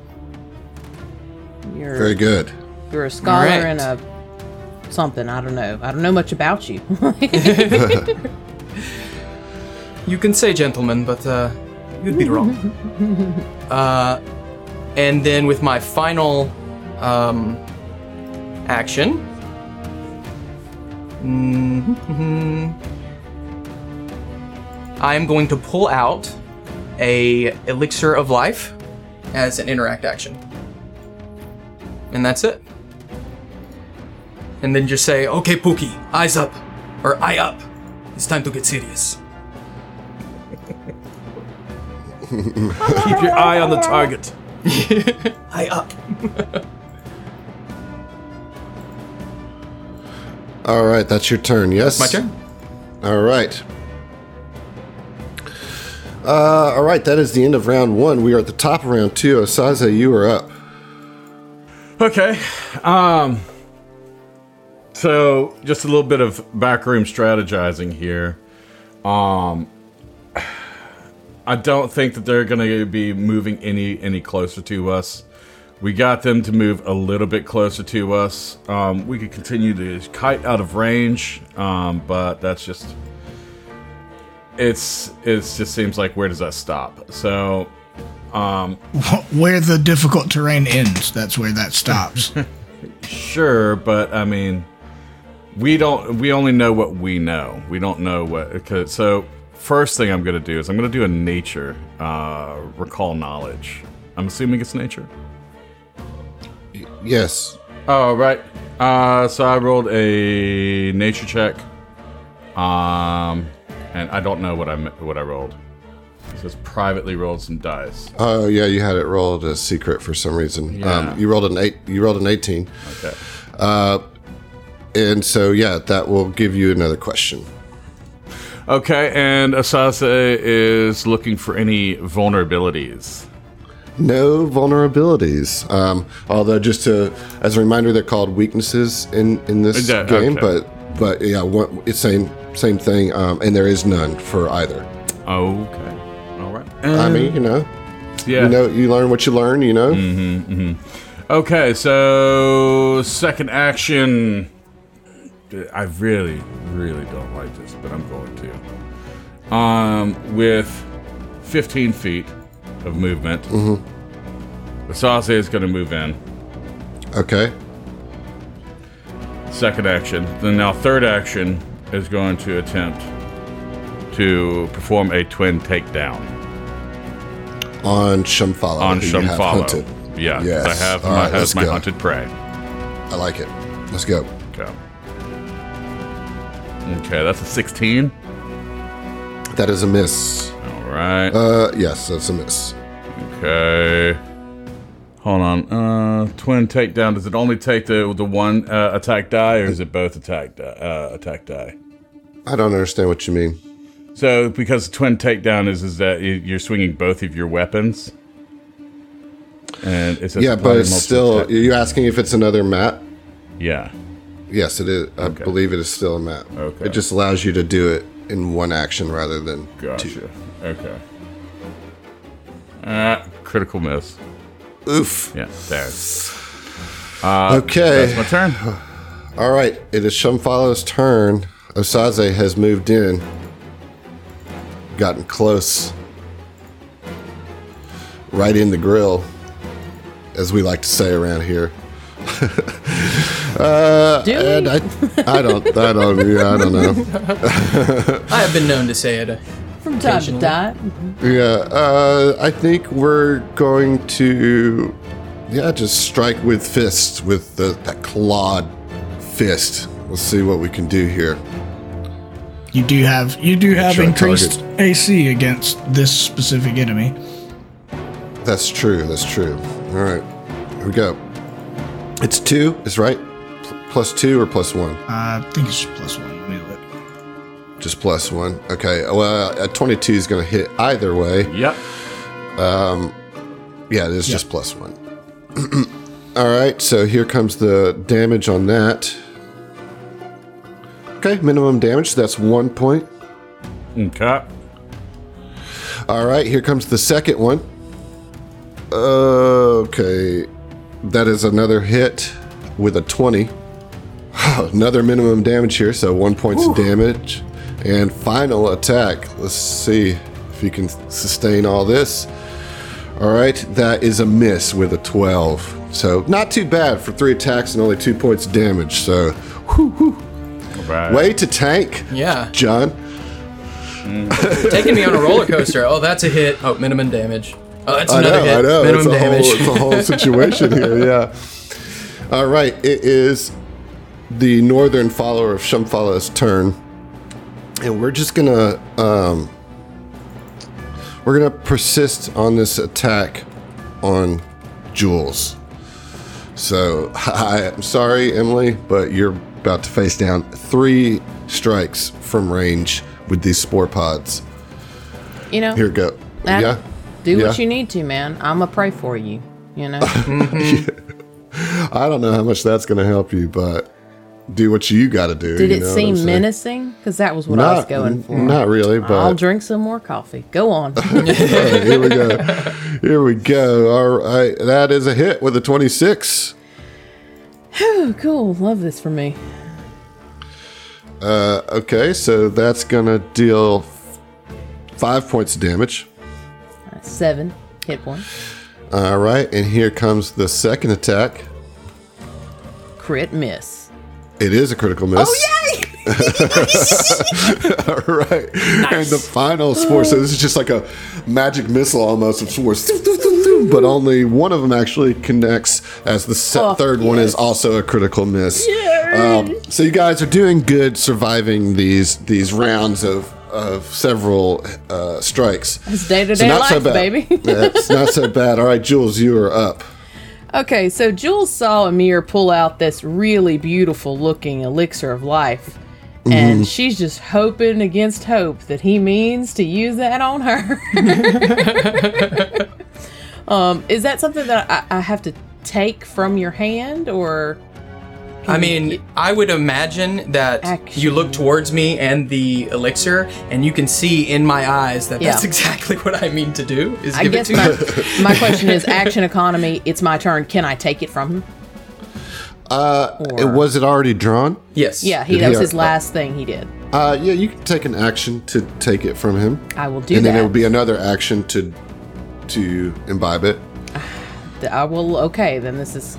You're Very good. you're a scholar Alright. and a something. I don't know. I don't know much about you. You can say gentleman, but uh, you'd be wrong. uh, and then with my final um, action. Mhm. I am going to pull out a elixir of life as an interact action. And that's it. And then just say, okay, Pookie, eyes up. Or eye up. It's time to get serious. Keep your eye on the target. Eye up. All right, that's your turn. Yes, My turn. All right. Uh, all right, that is the end of round one. We are at the top of round two. Osaze, you are up. Okay. Um, so just a little bit of backroom strategizing here. Um, I don't think that they're going to be moving any any closer to us. We got them to move a little bit closer to us. Um, we could continue to kite out of range, um, but that's just it's it just seems like where does that stop? So Where the difficult terrain ends, that's where that stops. Sure, but I mean, we don't. We only know what we know. We don't know what. okay, So first thing I'm gonna do is I'm gonna do a nature uh, recall knowledge. I'm assuming it's nature. Yes. Oh right. Uh, so I rolled a nature check, um, and I don't know what I m- what I rolled. It says privately rolled some dice. Oh yeah, you had it rolled a secret for some reason. Yeah. Um, you rolled an eight. You rolled an eighteen, Uh, Okay. and so yeah, that will give you another question. Okay, and Asase is looking for any vulnerabilities. No vulnerabilities. Um, although, just to as a reminder, they're called weaknesses in in this Yeah, game. okay. But but yeah, one, it's same same thing. Um, and there is none for either. Okay. All right. I mean, you know, Yeah. Mm. you know, you learn what you learn. You know. Okay, so second action. I really, really don't like this, but I'm going to. Um, with 15 feet of movement, mm-hmm. Asase is going to move in. Okay. Second action. Then now third action is going to attempt to perform a twin takedown. On Shumfala. on who you have Shumfalo. hunted. Yeah, 'cause I Yes. have All my, right, has let's my go. hunted prey. I like it. Let's go. Okay. Okay, that's a 16. That is a miss. All right. Uh, yes, that's a miss. Okay. Hold on. Uh, twin takedown. Does it only take the the one uh, attack die, or is it both attack die, uh, attack die? I don't understand what you mean. So because twin takedown is is that you- you're swinging both of your weapons, and it's yeah, but it's still. Are you asking if it's another map? yeah. Yes, it is. I Okay. believe it is still a map. Okay. It just allows you to do it in one action rather than two. Gotcha. Okay. Uh, critical miss. Oof. Yeah. There. Uh, okay. That's my turn. All right. It is Shumfalo's turn. Osaze has moved in. Gotten close. Right in the grill, as we like to say around here. Do And we? I, I don't, I don't, yeah, I don't know. I have been known to say it. From time to occasionally. time. Yeah, uh, I think we're going to, yeah, just strike with fists with the, that clawed fist. Let's see what we can do here. you do have you do have Sure, increased AC against this specific enemy. That's true. That's true. All right, here we go. It's two. Is right. Pl- Plus two or plus one? Uh, I think it's plus one. Let me look. Just plus one. Okay. Well, a twenty-two is going to hit either way. Yep. Yeah, it is just plus one. All right, so here comes the damage on that. Okay, minimum damage. That's one point. Okay. All right, here comes the second one. Uh, okay, that is another hit with a 20. another minimum damage here, so one point's of damage. And final attack. Let's see if you can sustain all this. All right, that is a miss with a 12. So, not too bad for three attacks and only two points of damage. So, whew, whew. All right. way to tank, Yeah. John. Taking me on a roller coaster. Oh, that's a hit. Oh, minimum damage. Oh, that's I another know, hit. I know. it's, Minimum a damage. Whole, it's a whole situation here, yeah. All right, it is the northern follower of Shumfala's turn, and we're just gonna um, we're gonna persist on this attack on Jules. So I, I'm sorry, Emily, but you're about to face down three strikes from range with these spore pods. You know, Here we go. Ab, yeah. do what yeah. you need to, man. I'ma pray for you. You know, I don't know how much that's going to help you, but do what you got to do. did you it know what I'm seem saying? menacing? Because that was what I was Not, going for. not really, I'll but drink some more coffee. Go on. Alright, here we go. Here we go. All right, that is a hit with a 26. oh, cool. Love this for me. Uh, okay, so that's going to deal f- five points of damage. That's Seven hit points. All right, and here comes the second attack. Crit miss. It is a critical miss. Oh yay! All right. And the final spore. So this is just like a magic missile almost of spores. But only one of them actually connects, as the se- Oh, third one is yes. also a critical miss. Um, so you guys are doing good surviving these these rounds of of several uh, strikes. It's day-to-day life, bad. baby. yeah, it's not so bad. All right, Jules, you are up. Okay, so Jules saw Amir pull out this really beautiful looking elixir of life, Mm-hmm. and she's just hoping against hope that he means to use that on her. um, is that something that I, I have to take from your hand, or I mean, I would imagine that Action. you look towards me and the elixir, and you can see in my eyes that Yeah. that's exactly what I mean to do. Is I give guess it to my, you. my question is action economy. It's my turn. Can I take it from him? Uh, Or- was it already drawn? Yes. Yeah, he, Did that he was have- his last thing he did. Uh, yeah, you can take an action to take it from him. I will do and that. then it would be another action to to imbibe it. Th- I will. uh, Okay, then this is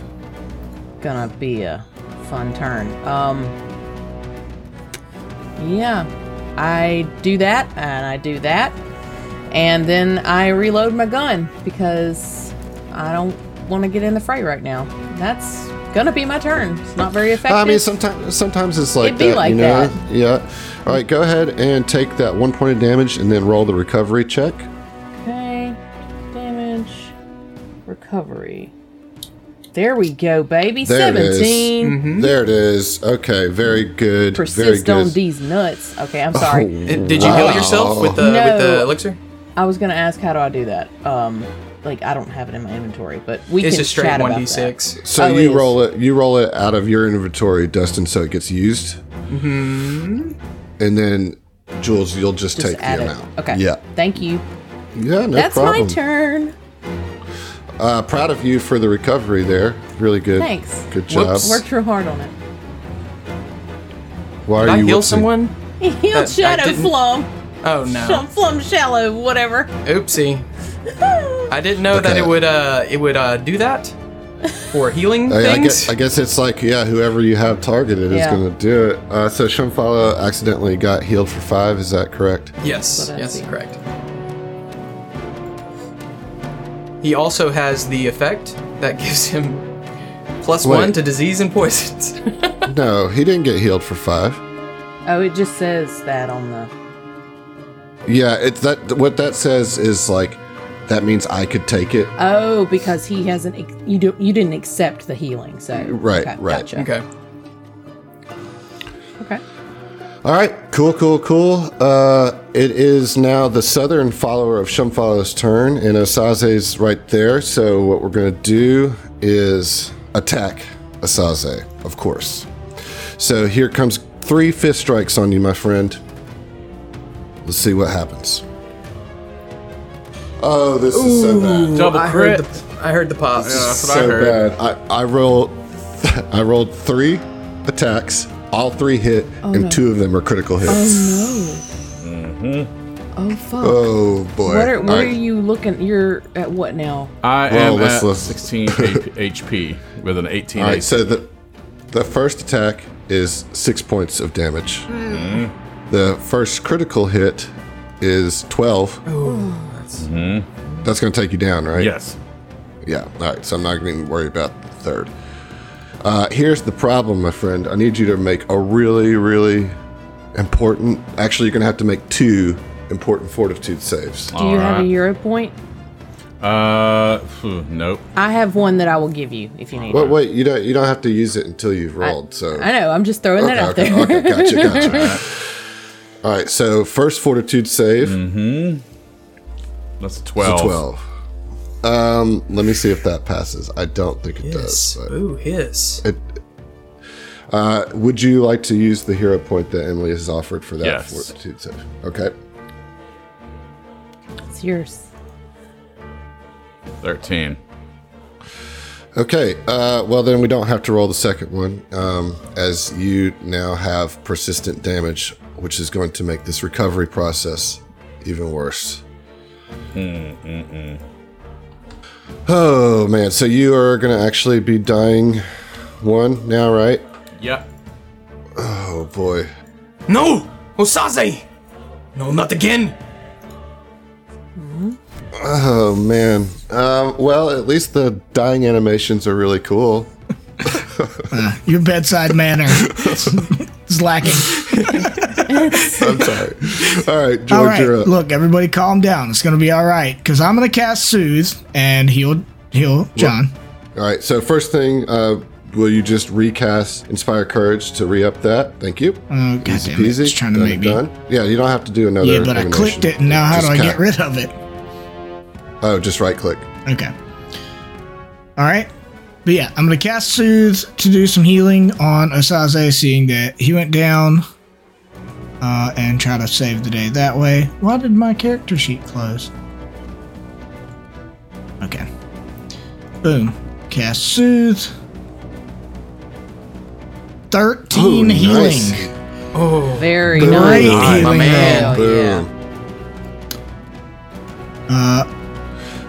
gonna be a fun turn. Um, yeah, I do that and I do that, and then I reload my gun because I don't want to get in the fray right now. That's gonna be my turn. It's not very effective. I mean, sometimes sometimes it's like It'd be that, like you know? that. Yeah. All right, go ahead and take that one point of damage, and then roll the recovery check. okay, damage, recovery. There we go, baby. There it is. Seventeen. There it is. Okay, very good. very Persist good. Oh, on these nuts. Okay, I'm sorry. Uh, Did you heal yourself with the with No. the elixir? I was gonna ask how do I do that? Um, like I don't have it in my inventory, but we It's can a straight chat one about d that. six. So Oh, it you is. roll it. You roll it out of your inventory, Dustin, so it gets used. Hmm. And then, Jules, you'll just, Just take the add it. amount. Okay. Yeah. Thank you. Yeah. No That's problem. my turn. Uh, proud of you for the recovery there. Really good. Thanks. Good job. Whoops. Worked real hard on it. Why are Did I you heal whoopsing? someone? Healed I shadow didn't- flum, Oh no. Shum- flum shallow, whatever. Oopsie. I didn't know that Okay. it would uh it would uh do that for healing I, I things. guess, I guess it's like, yeah, whoever you have targeted Yeah. is going to do it. Uh, so Shumfala accidentally got healed for five. Is that correct? Yes, What I yes, see. correct. He also has the effect that gives him plus Wait. one to disease and poisons. no, he didn't get healed for five. Oh, it just says that on the. Yeah, it's that. What that says is like, that means I could take it. Oh, because he hasn't. ex- You do, You didn't accept the healing, so Right, okay, right. Gotcha. okay. Okay. All right, cool, cool, cool. Uh, it is now the southern follower of Shumfala's turn, and Osaze's right there. So what we're going to do is attack Osaze, of course. So here comes three fist strikes on you, my friend. Let's see what happens. Oh, this is so bad. Double I crit. heard the I heard the pop. that's what I so heard. bad. I, I rolled I rolled three attacks. All three hit, and Oh, no. two of them are critical hits. Oh no. Oh fuck. Mm-hmm. Oh, boy! what are, what All are right. you looking? You're at what now? I Well, am let's- at let's- 16 HP with an 18 All right, AC. so the the first attack is six points of damage. Mm. The first critical hit is twelve. that's going to take you down, right? yes. Yeah. All right. So I'm not going to even worry about the third. Uh, here's the problem, my friend. I need you to make a really, really important. Actually, you're going to have to make two important fortitude saves. Do you have a Alright. euro point? Uh, phew, nope. I have one that I will give you if you need But wait, you don't you don't have to use it until you've rolled. so it. I know. I'm just throwing that out okay, there. okay, gotcha, gotcha. All right, so first fortitude save, it's That's a 12. twelve. Um, let me see if that passes. I don't think it Hiss. does. but- Ooh, hiss. Uh, would you like to use the hero point that Emily has offered for that Yes. fortitude save? Okay. It's yours. 13. Okay. Uh, well, then we don't have to roll the second one, um, as you now have persistent damage, which is going to make this recovery process even worse. Oh man! So you are going to actually be dying one now, right? Yep. Oh boy. No! Osaze! No, not again! Oh man. Um, well, at least the dying animations are really cool. Your bedside manner is lacking. I'm sorry. All right, George, All right, you're up. look, everybody, calm down. It's gonna be all right because I'm gonna cast soothe and heal, heal John. All right. So first thing, uh, will you just recast Inspire Courage to re-up that? Thank you. Oh god damn it! Easy. It's trying to Done make and me. done. Yeah, you don't have to do another. Yeah, but I animation. clicked it, and now how do Just I get ca- rid of it? Oh, just right click. Okay. All right. But yeah, I'm gonna cast soothe to do some healing on Osaze, seeing that he went down, uh, and try to save the day that way. Why did my character sheet close? Okay. Boom. Cast soothe. Oh, Thirteen healing. Oh. Very Boom. nice. Great Nice, healing. my man. Hell Boom. yeah. Uh,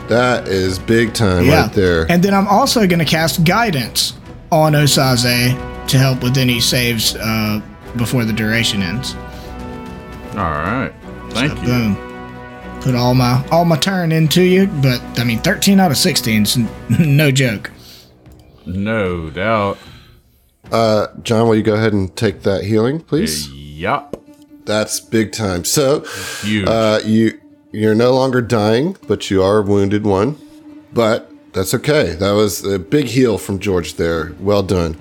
That is big time yeah. right there. And then I'm also going to cast guidance on Osaze to help with any saves uh, before the duration ends. All right. Thank you. Boom. Put all my all my turn into you, but I mean 13 out of 16 is n- no joke. No doubt. Uh, John, will you go ahead and take that healing, please? Yup. That's big time. So, Huge. uh, you you're no longer dying, but you are wounded one. But that's okay. That was a big heal from George there. Well done.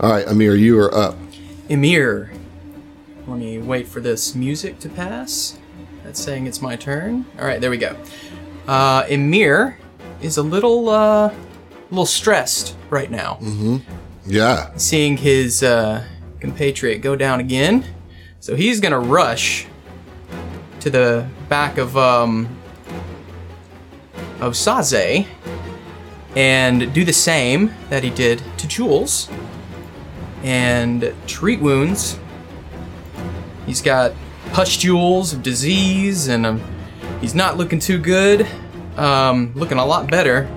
All right, Amir, you are up. Emir. Let me wait for this music to pass. That's saying it's my turn. All right, there we go. Uh, Emir is a little, uh, a little stressed right now, Yeah. seeing his uh, compatriot go down again. So he's gonna rush to the back of um, of Saze and do the same that he did to Jules and treat wounds. He's got pustules of disease, and um, he's not looking too good. Um, looking a lot better.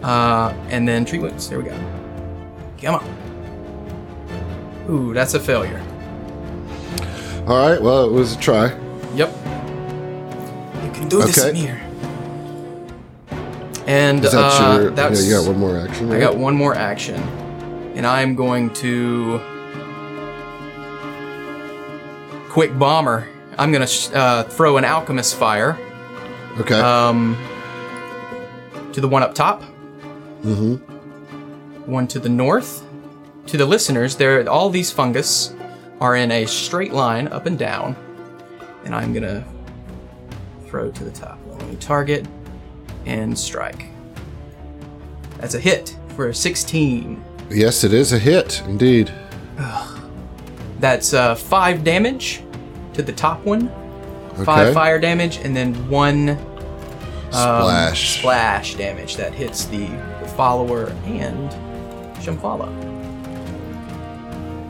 Uh, and then treat wounds. There we go. Come on. Ooh, that's a failure. All right. Well, it was a try. Yep. You can do this, Okay. Amir. And Is that uh, your? that's yeah, you got one more action. I right? got one more action, and I'm going to quick bomber. I'm gonna sh- uh, throw an alchemist fire Okay. um, to the one up top. Mm-hmm. One to the north. To the listeners, there all these fungus are in a straight line up and down, and I'm gonna throw to the top. Let me target and strike. That's a hit for a 16. yes, it is a hit indeed. That's uh, five damage to the top one, Okay. five fire damage, and then one um, Splash. splash damage that hits the, the follower and Shambhala.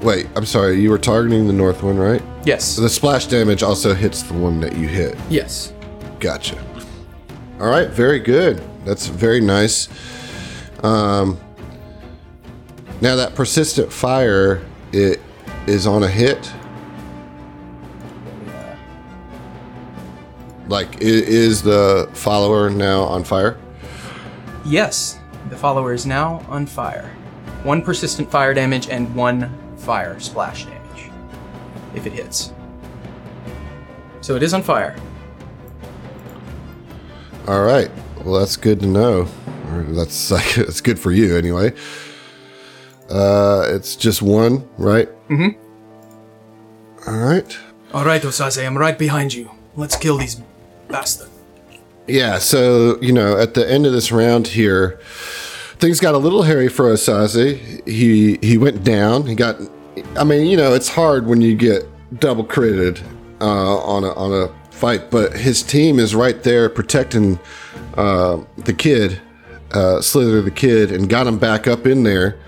Wait, I'm sorry. You were targeting the north one, right? Yes. So the splash damage also hits the one that you hit. yes. Gotcha. All right, very good. That's very nice. Um, now that persistent fire, it is on a hit. Like, i- is the follower now on fire? Yes. The follower is now on fire. One persistent fire damage and one fire splash damage. If it hits. So it is on fire. All right. Well, that's good to know. Or that's like it's good for you anyway. Uh, it's just one, right? Mm-hmm. All right. Alright, Osase, I'm right behind you. Let's kill these bastards. Yeah, so you know, at the end of this round here, things got a little hairy for Osaze. He he went down. He got. I mean, you know, it's hard when you get double critted uh, on a on a fight, but his team is right there protecting uh, the kid, uh, Slither the kid, and got him back up in there.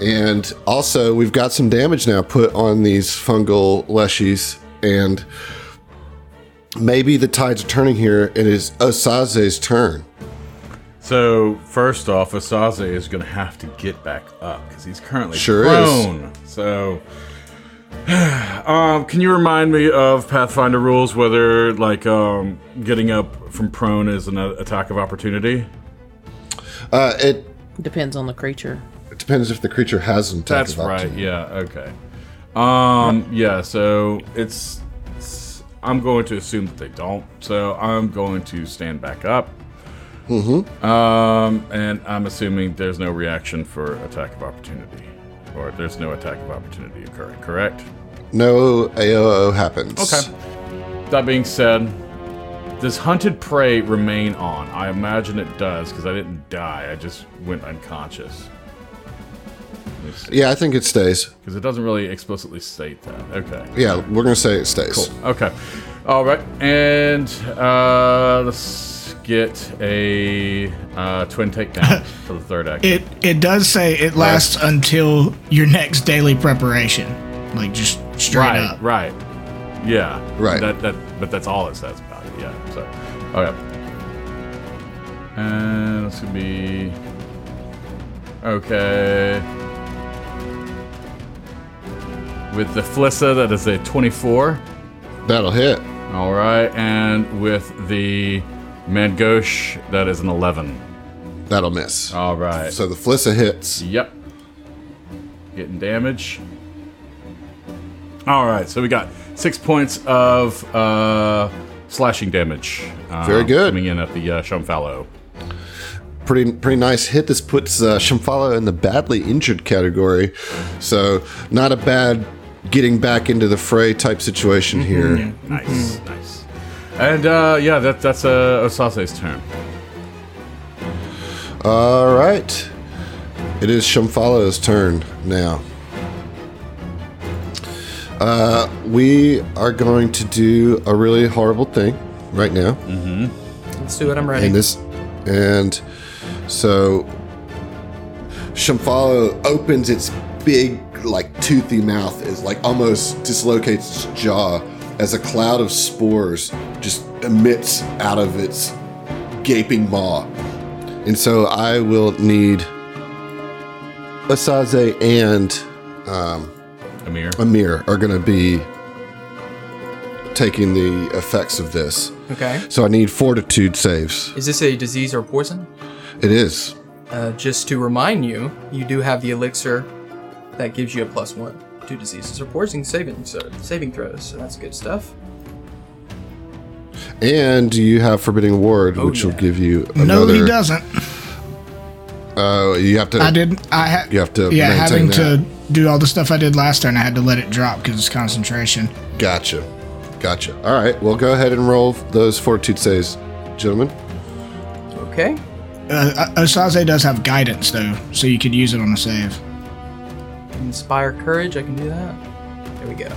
And also, we've got some damage now put on these fungal leshies and maybe the tides are turning here and it is Osaze's turn. So first off, Asaze is going to have to get back up because he's currently Sure is. prone. So, um, can you remind me of Pathfinder rules? Whether like um, getting up from prone is an uh, attack of opportunity? Uh, it Depends on the creature. depends if the creature has an attack That's of right. opportunity. Yeah. Okay. Um. Yeah. So it's, it's- I'm going to assume that they don't. So I'm going to stand back up. Mm-hmm. Um. And I'm assuming there's no reaction for attack of opportunity, or there's no attack of opportunity occurring. Correct. No AOO happens. Okay. That being said, does hunted prey remain on? I imagine it does because I didn't die. I just went unconscious. Yeah, I think it stays. Because it doesn't really explicitly state that. Okay. Yeah, we're gonna say it stays. Okay. All right. And uh, let's get a uh, twin takedown for the third act. It it does say it lasts until your next daily preparation, like just straight right. up. Right. Yeah. Right. That, that, but that's all it says about it. Yeah. So, okay. And it's going to be. Okay. With the Flissa, that is a 24. That'll hit. All right. And with the Mangosh, that is an 11. That'll miss. All right. So the Flissa hits. Yep. Getting damage. All right, so we got six points of uh, slashing damage. uh, Very good. Coming in at the uh, Shumfallow. Pretty pretty nice hit. This puts uh, Shimfala in the badly injured category. So not a bad getting back into the fray type situation Mm-hmm. here. Nice, Mm-hmm. nice. And uh, yeah, that, that's uh, Osase's turn. All right. It is Shumfalo's turn now. Uh, we are going to do a really horrible thing right now. Let's do it, I'm ready. And this and so Shumfalo opens its big like toothy mouth is like almost dislocates its jaw as a cloud of spores just emits out of its gaping maw. And so I will need Asaze and um, Amir. Amir are going to be taking the effects of this. okay. So I need fortitude saves. Is this a disease or poison? It is. Uh, just to remind you, you do have the elixir that gives you a plus one to diseases or poison saving, so saving throws, so that's good stuff. And you have Forbidding Ward, which will yeah. give you No, another. he doesn't. Oh, you have to. I didn't. I ha- You have to Yeah, maintain having that. to do all the stuff I did last turn, I had to let it drop because it's concentration. Gotcha. Gotcha. All right. Well, go ahead and roll those fortitude saves, gentlemen. Okay. Uh, O- Osaze does have guidance though, so you could use it on a save. Inspire courage, I can do that. There we go.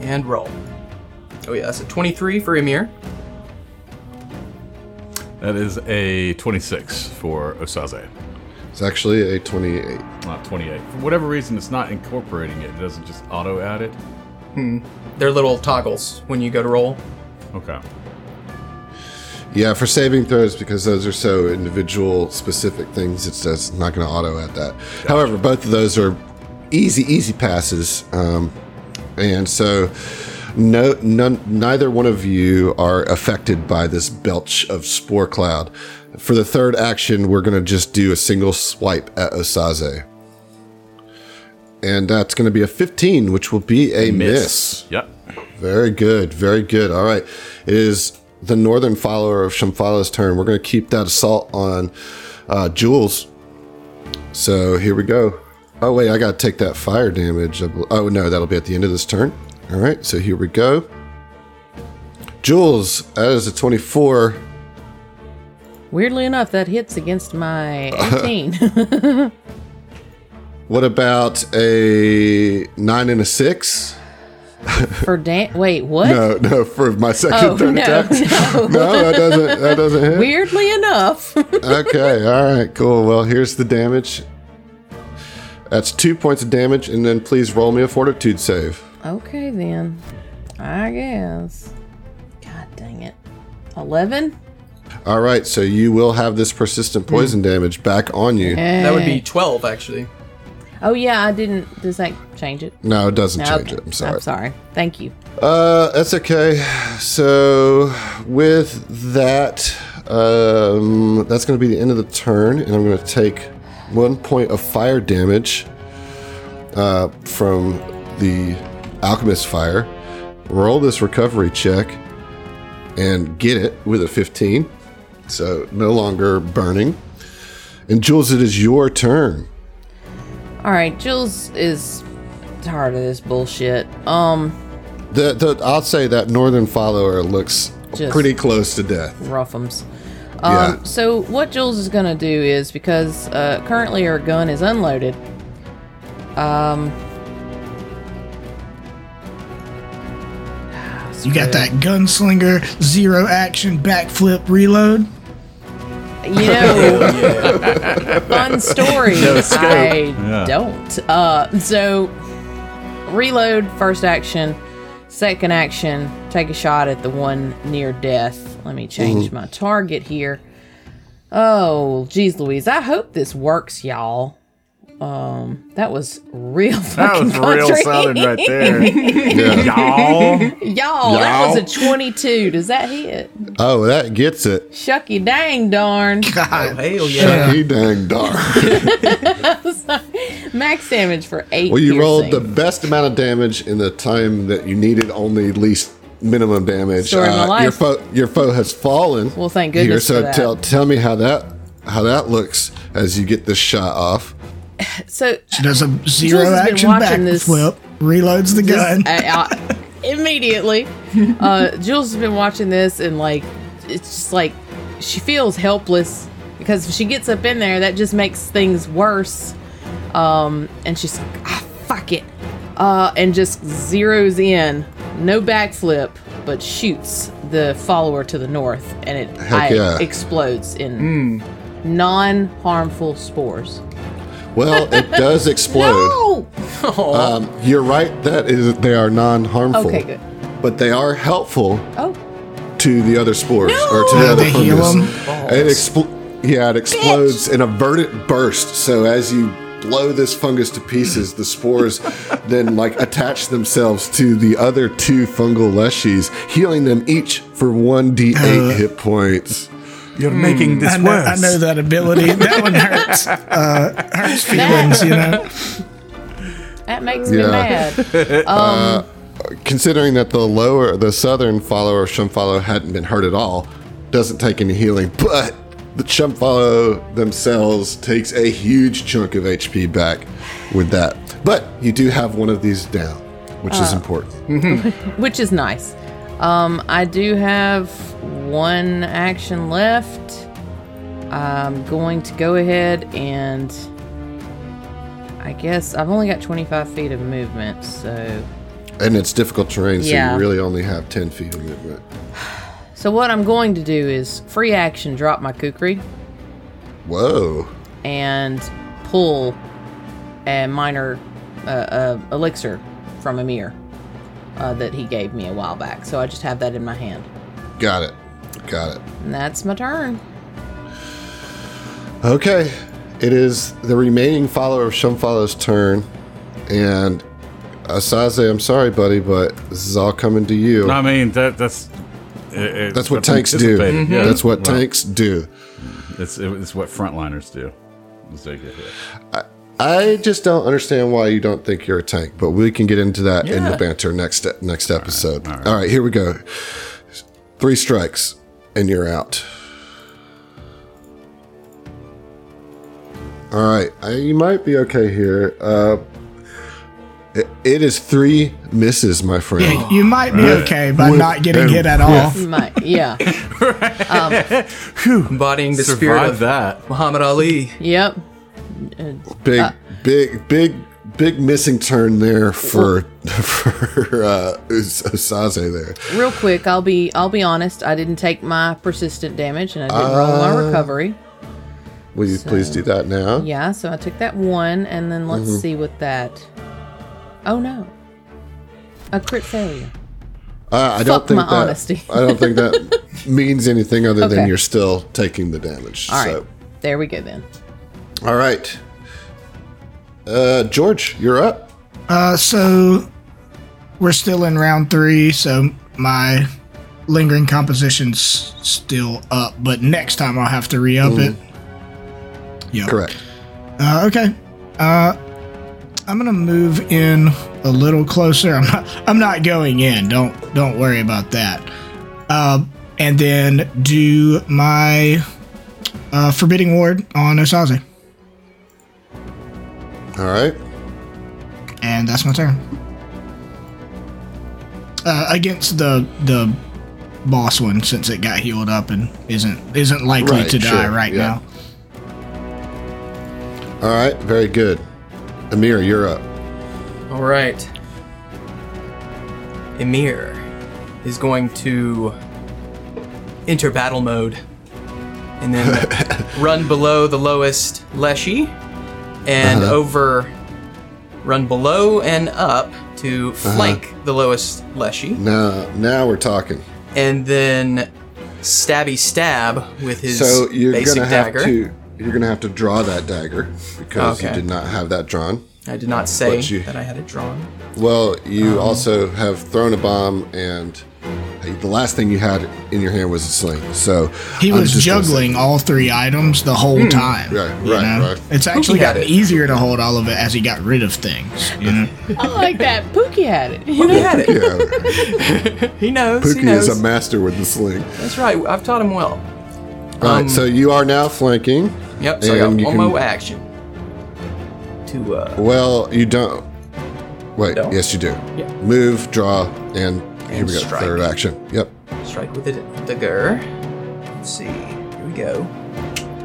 And roll. Oh yeah, that's a 23 for Emir. That is a 26 for Osaze. It's actually a 28. Not 28. For whatever reason, it's not incorporating it. It doesn't just auto add it. They're little toggles when you go to roll. Okay. Yeah, for saving throws, because those are so individual specific things, it's just not going to auto at that. However, both of those are easy, easy passes. Um, and so no, none, neither one of you are affected by this belch of spore cloud. For the third action, we're going to just do a single swipe at Osaze. And that's going to be a 15, which will be a miss. Yep. Very good, very good. All right, it is the northern follower of Shambhala's turn. We're going to keep that assault on uh, Jules. So here we go. Oh wait, I got to take that fire damage. I bel- Oh no, that'll be at the end of this turn. All right, so here we go. Jules, that is a twenty-four. Weirdly enough, that hits against my 18. What about a nine and a six? For Dan. Wait, what? No, no, for my second Oh, turn no, attack. no. no, that doesn't. That doesn't hit. Weirdly enough. okay, all right, cool. Well, here's the damage. That's two points of damage, and then please roll me a fortitude save. okay, then. I guess. God dang it. 11? All right, so you will have this persistent poison damage back on you. That would be Eh. 12 actually. Oh, yeah, I didn't. Does that change it? No, it doesn't change Okay, it. I'm sorry. I'm sorry. Thank you. Uh, that's okay. So with that, um, that's going to be the end of the turn, and I'm going to take one point of fire damage uh, from the alchemist fire. Roll this recovery check and get it with a 15. So no longer burning. And Jules, it is your turn. All right, Jules is tired of this bullshit. Um, The, the, I'll say that northern follower looks Just- pretty close to death. roughums. Um, Yeah. So what Jules is gonna do is because uh, currently her gun is unloaded. Um. You got that gunslinger, zero action, backflip, reload. You know, fun story. I Yeah. don't. Uh, so, reload, first action. Second action, take a shot at the one near death. Let me change my target here. Oh, geez Louise. I hope this works, y'all. Um, that was real That fucking was real country. sounding right there. Y'all. Y'all, that Y'all. was a 22. Does that hit? Oh, that gets it. Shucky dang darn. Oh, hell yeah. He dang darn. Max damage for 8 Well, you rolled the piercing. best amount of damage in the time that you needed only least minimum damage. Uh, Story of my life. Your foe, your foe has fallen. Well, thank goodness so for that. tell tell me how that how that looks as you get this shot off. So, She does a zero been action watching this- backflip, reloads the gun. I- I- uh, immediately. Uh, Jules has been watching this and like, it's just like she feels helpless because if she gets up in there, that just makes things worse. Um, and she's like, ah, fuck it. Uh, and just zeroes in, no backflip, but shoots the follower to the north, and it Heck I- yeah. explodes in non-harmful spores. Well, it does explode. No. Um, you're right. That is, they are non-harmful. Okay, good. But they are helpful Oh, to the other spores or to No! the other They heal fungus. 'em. It expl- yeah, it explodes in a verdant burst. So as you blow this fungus to pieces, the spores then like attach themselves to the other two fungal leshies, healing them each for one Uh. d8 hit points. You're making this I know, I know that ability. That one hurts. Uh, hurts feelings, you know. that makes me Yeah. mad. Considering that the lower, the southern follower of Shumfalo hadn't been hurt at all, doesn't take any healing, but the Shumfalo themselves takes a huge chunk of HP back with that. But you do have one of these down, which is important. which is nice. Um, I do have one action left. I'm going to go ahead and I guess I've only got 25 feet of movement, so And it's difficult terrain, so Yeah. you really only have 10 feet of movement. So what I'm going to do is free action drop my kukri Whoa. and pull a minor uh, uh, elixir from Amir uh, that he gave me a while back. So I just have that in my hand. Got it. Got it. And that's my turn. Okay. It is the remaining follower of Shumfalo's turn. And Asaze, I'm sorry, buddy, but this is all coming to you. I mean, that that's. It, it- That's what tanks do. Mm-hmm. anticipated. Yeah. That's what Well, tanks do. It's, it's what frontliners do. Is they get hit. I just don't understand why you don't think you're a tank, but we can get into that in the Yeah. banter next next episode. all, right. here we go. Three strikes and you're out. All right, I, you might be okay here. Uh, it, it is three misses, my friend. Yeah, you might be okay by With not getting and hit at all. You might, yeah. Embodying the spirit Survive of that. Muhammad Ali. Yep. Big, big, big, big missing turn there for for uh, Us- Usaze there. Real quick, I'll be I'll be honest. I didn't take my persistent damage and I didn't roll Uh. my recovery. Will you please do that now? Yeah, so I took that one, and then let's Mm-hmm. see what that. Oh no, a crit failure. Uh, I don't Fuck think my that, honesty. I don't think that means anything other than Okay. you're still taking the damage. All right, so, there we go then. all right. Uh, George, you're up. Uh, so we're still in round three, so my lingering composition's still up, but next time I'll have to re up it. Yeah. Correct. Uh, okay. Uh, I'm gonna move in a little closer. I'm not, I'm not going in. Don't don't worry about that. Uh, and then do my uh, forbidding ward on Osaze, All right. and that's my turn. Uh, against the the boss one since it got healed up and isn't isn't likely Right, to die sure, right yeah. now. All right. Very good. Amir, you're up. All right. Emir is going to enter battle mode and then run below the lowest Leshy and Uh-huh. over, run below and up to Uh-huh. flank the lowest Leshy Now, now we're talking. and then stabby stab with his so you're basic gonna have dagger. to you're gonna have to draw that dagger because you Okay. did not have that drawn. I did not say But you- that I had it drawn. Well, Um, you also have thrown a bomb, and uh, the last thing you had in your hand was a sling. So He I'm was just gonna say- Hmm, juggling all three items the whole time. Right, you right, know? right. It's actually Pookie had gotten it. easier to hold all of it as he got rid of things. You know? I like that. Pookie had it. You He know? had it. Yeah. He knows. he Pookie knows. is a master with the sling. That's right. I've taught him well. All right, Um, so you are now flanking. Yep. So I got And one you can- more action to uh, Well, you don't. Wait, Don't? yes, you do. Yeah. Move, draw, and, here And we go. strike. Third action. Yep. strike with it dagger. Let's see. Here we go.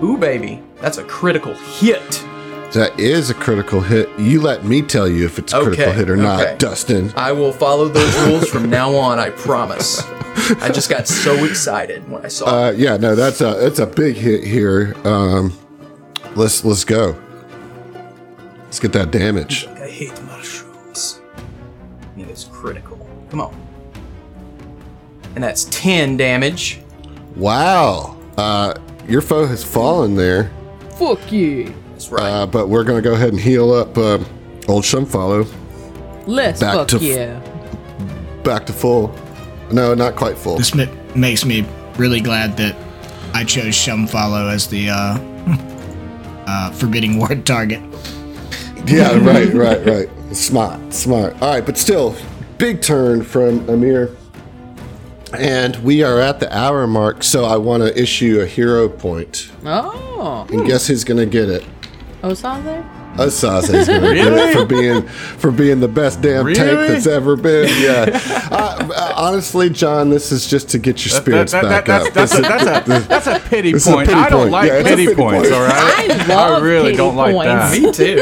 Ooh, baby, that's a critical hit. That is a critical hit. You let me tell you if it's a critical Okay, hit or not, okay. Dustin. I will follow those rules from now on. I promise. I just got so excited when I saw. it. Uh, yeah, no, that's a that's a big hit here. Um, let's let's go. Let's get that damage. I hate mushrooms. I mean, it's critical. Come on. And that's 10 damage. Wow. Uh, your foe has fallen there, Fuck you. That's right. uh, but we're gonna go ahead and heal up uh, old Shumfollow. Let's Back fuck to f- you. back to full. No, not quite full. This ma- makes me really glad that I chose Shumfollow as the uh, uh, forbidding ward target. yeah, right, right, right. Smart, smart. All right, but still, big turn from Amir. And we are at the hour mark, so I want to issue a hero point. oh, And guess who's going to get it? Osaze. Asase's gonna get Really? it for being for being the best damn tank Really? that's ever been. Yeah. I- I- honestly, John, this is just to get your That- spirits that- that- back up. that's, that's, This a, is- that's, a, that's a pity This is a point. pity I don't point. like Yeah, it's a pity, pity points, point. all right? I love really pity don't like Uh, points. that. Me too.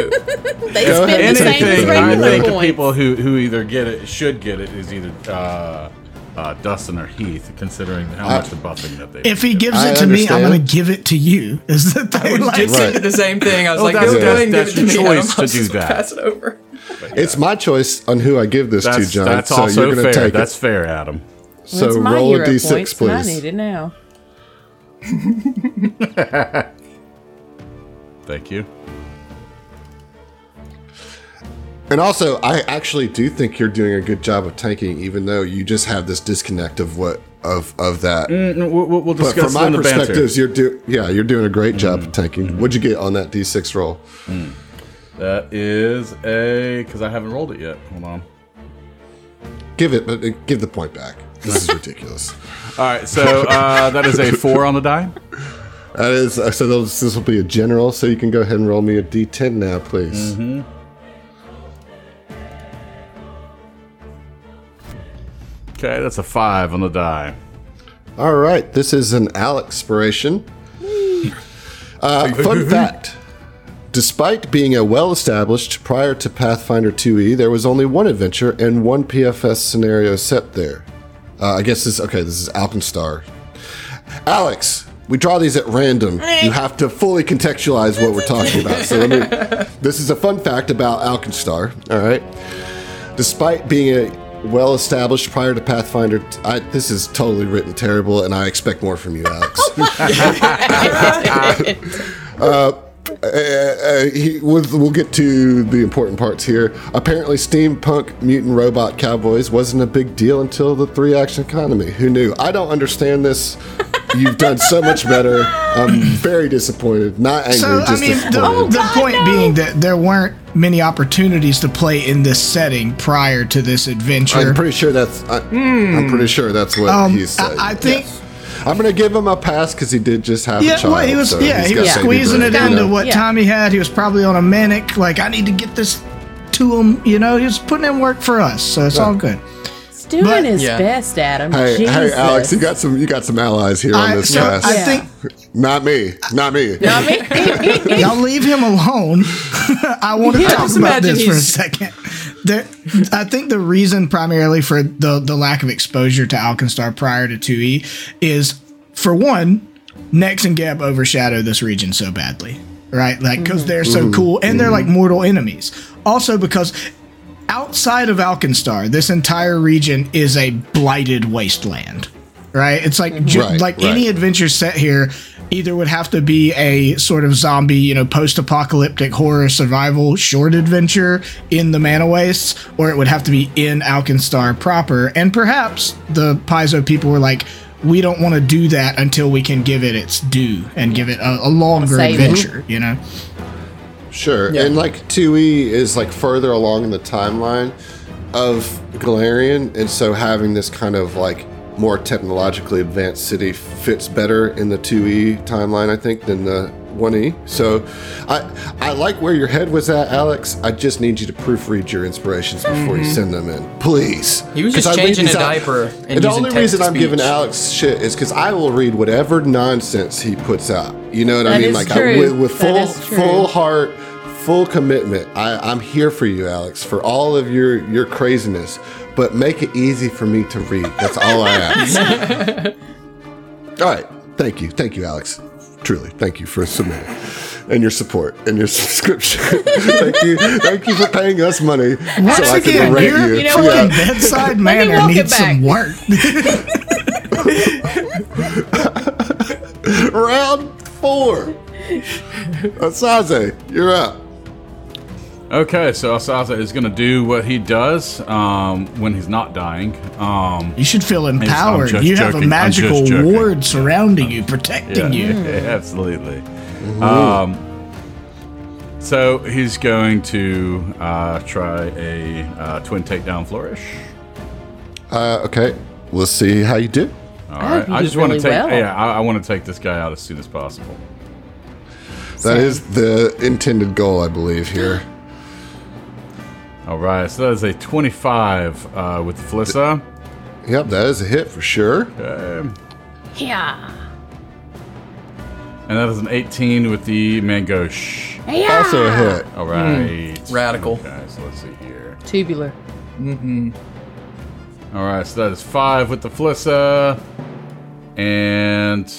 They spend the same as Anything I regular think the points. people who, who either get it, should get it, is either uh, uh, Dustin or Heath, considering how much the buffing that they If he gives I it to me, understand. I'm gonna give it to you. Is the thing like Jason Right. did the same thing. I was Well, like, that's- go that's- ahead and give that's it to your me. I choice don't to know, do just that. Pass it over. it's my choice on who I give this That's, to, John. that's so also you're gonna fair. take that's it. fair, Adam. So That's my roll a hero d6, points, and I please. need it now. Thank you. And also, I actually do think you're doing a good job of tanking, even though you just have this disconnect of what of of that. We'll, we'll, we'll but discuss from it my in the banter. Mm. perspectives, you're do yeah, you're doing a great job of tanking. What'd you get on that d6 roll? That is a because I haven't rolled it yet. Hold on. Give it, but uh, give the point back. This is ridiculous. All right, so uh, that is a four on the die. That is uh, so. Those, this will be a general, so you can go ahead and roll me a d10 now, please. Okay, that's a five on the die. All right, this is an Alex spiration. Uh, fun fact. Despite being a well established prior to Pathfinder 2e, there was only one adventure and one PFS scenario set there. Uh, I guess this okay. This is Alkenstar. Alex, we draw these at random. You have to fully contextualize what we're talking about. So let me. This is a fun fact about Alkenstar. All right. Despite being a well established prior to Pathfinder, t- I, this is totally written terrible, and I expect more from you, Alex. uh, he, we'll, we'll get to the important parts here. Apparently, steampunk mutant robot cowboys wasn't a big deal until the three action economy. Who knew? I don't understand this. You've done so much better. I'm very disappointed. Not angry, So I just mean, the, disappointed. the point being that there weren't many opportunities to play in this setting prior to this adventure. I'm pretty sure that's. I, I'm pretty sure that's what Hmm. Um, he's saying. I, I think, I'm gonna give him a pass because he did just have a yeah, child. well, he was, so yeah, he's he was gotta be squeezing brave, it down you to know? what Yeah. time he had. He was probably on a manic, like I need to get this to him. You know, he was putting in work for us, so it's all good. He's doing But- his Yeah. best, Adam. Hey, Jesus. hey, Alex, you got some. You got some allies here on I, this so cast. I Yeah. think Not me. Not me. Y'all leave him alone. I want to Yeah, talk just about imagine this for a he's- second. There, I think the reason primarily for the the lack of exposure to Alkenstar prior to 2E is for one, Nex and Geb overshadow this region so badly, right? Like because Mm-hmm. they're Mm-hmm. so cool and they're like mortal enemies. Also because outside of Alkenstar, this entire region is a blighted wasteland. Right? It's like ju- Right, like right. any adventure set here either would have to be a sort of zombie, you know, post-apocalyptic horror survival short adventure in the Mana Wastes, or it would have to be in Alkenstar proper. And perhaps the Paizo people were like, we don't want to do that until we can give it its due and give it a, a longer Save it. adventure, you know? Sure. And like two E is like further along in the timeline of Galarian, and so having this kind of like more technologically advanced city fits better in the two E timeline, I think, than the one E. So, I I like where your head was at, Alex. I just need you to proofread your inspirations before you send them in, please. Mm-hmm. He was 'Cause just I read changing these a diaper and the using only text reason to I'm giving speech. Alex shit is because I will read whatever nonsense he puts out. You know what I That mean? is Like I, true. with, with That full is true. full heart, full commitment. I, I'm here for you, Alex, for all of your your craziness. But make it easy for me to read. That's all I ask. all right. Thank you. Thank you, Alex. Truly, thank you for submitting and your support and your subscription. thank you. Thank you for paying us money Once so I again, can rate you're- you. you know what? Fucking bedside Let me manner walk it needs some back. work. Round four. Asaze, you're up. Okay, so Asaza is going to do what he does um, when he's not dying. Um, You should feel I'm empowered. just You have joking. a I'm magical just joking. ward surrounding you, protecting yeah, Mm. you. yeah, absolutely. Um, so he's going to uh, try a uh, twin takedown flourish. Uh, okay, we'll see how you do. All hope right, you I Oh, did just want to really take well. yeah, I, I want to take this guy out as soon as possible. That is the intended goal, I believe, here. All right, so that is a 25 uh, with Felissa. Yep, that is a hit for sure. Okay. Yeah. And that is an 18 with the Mangosh. Yeah. Also a hit. All right. Radical. Okay, so let's see here. Tubular. All right, so that is five with the Flissa, and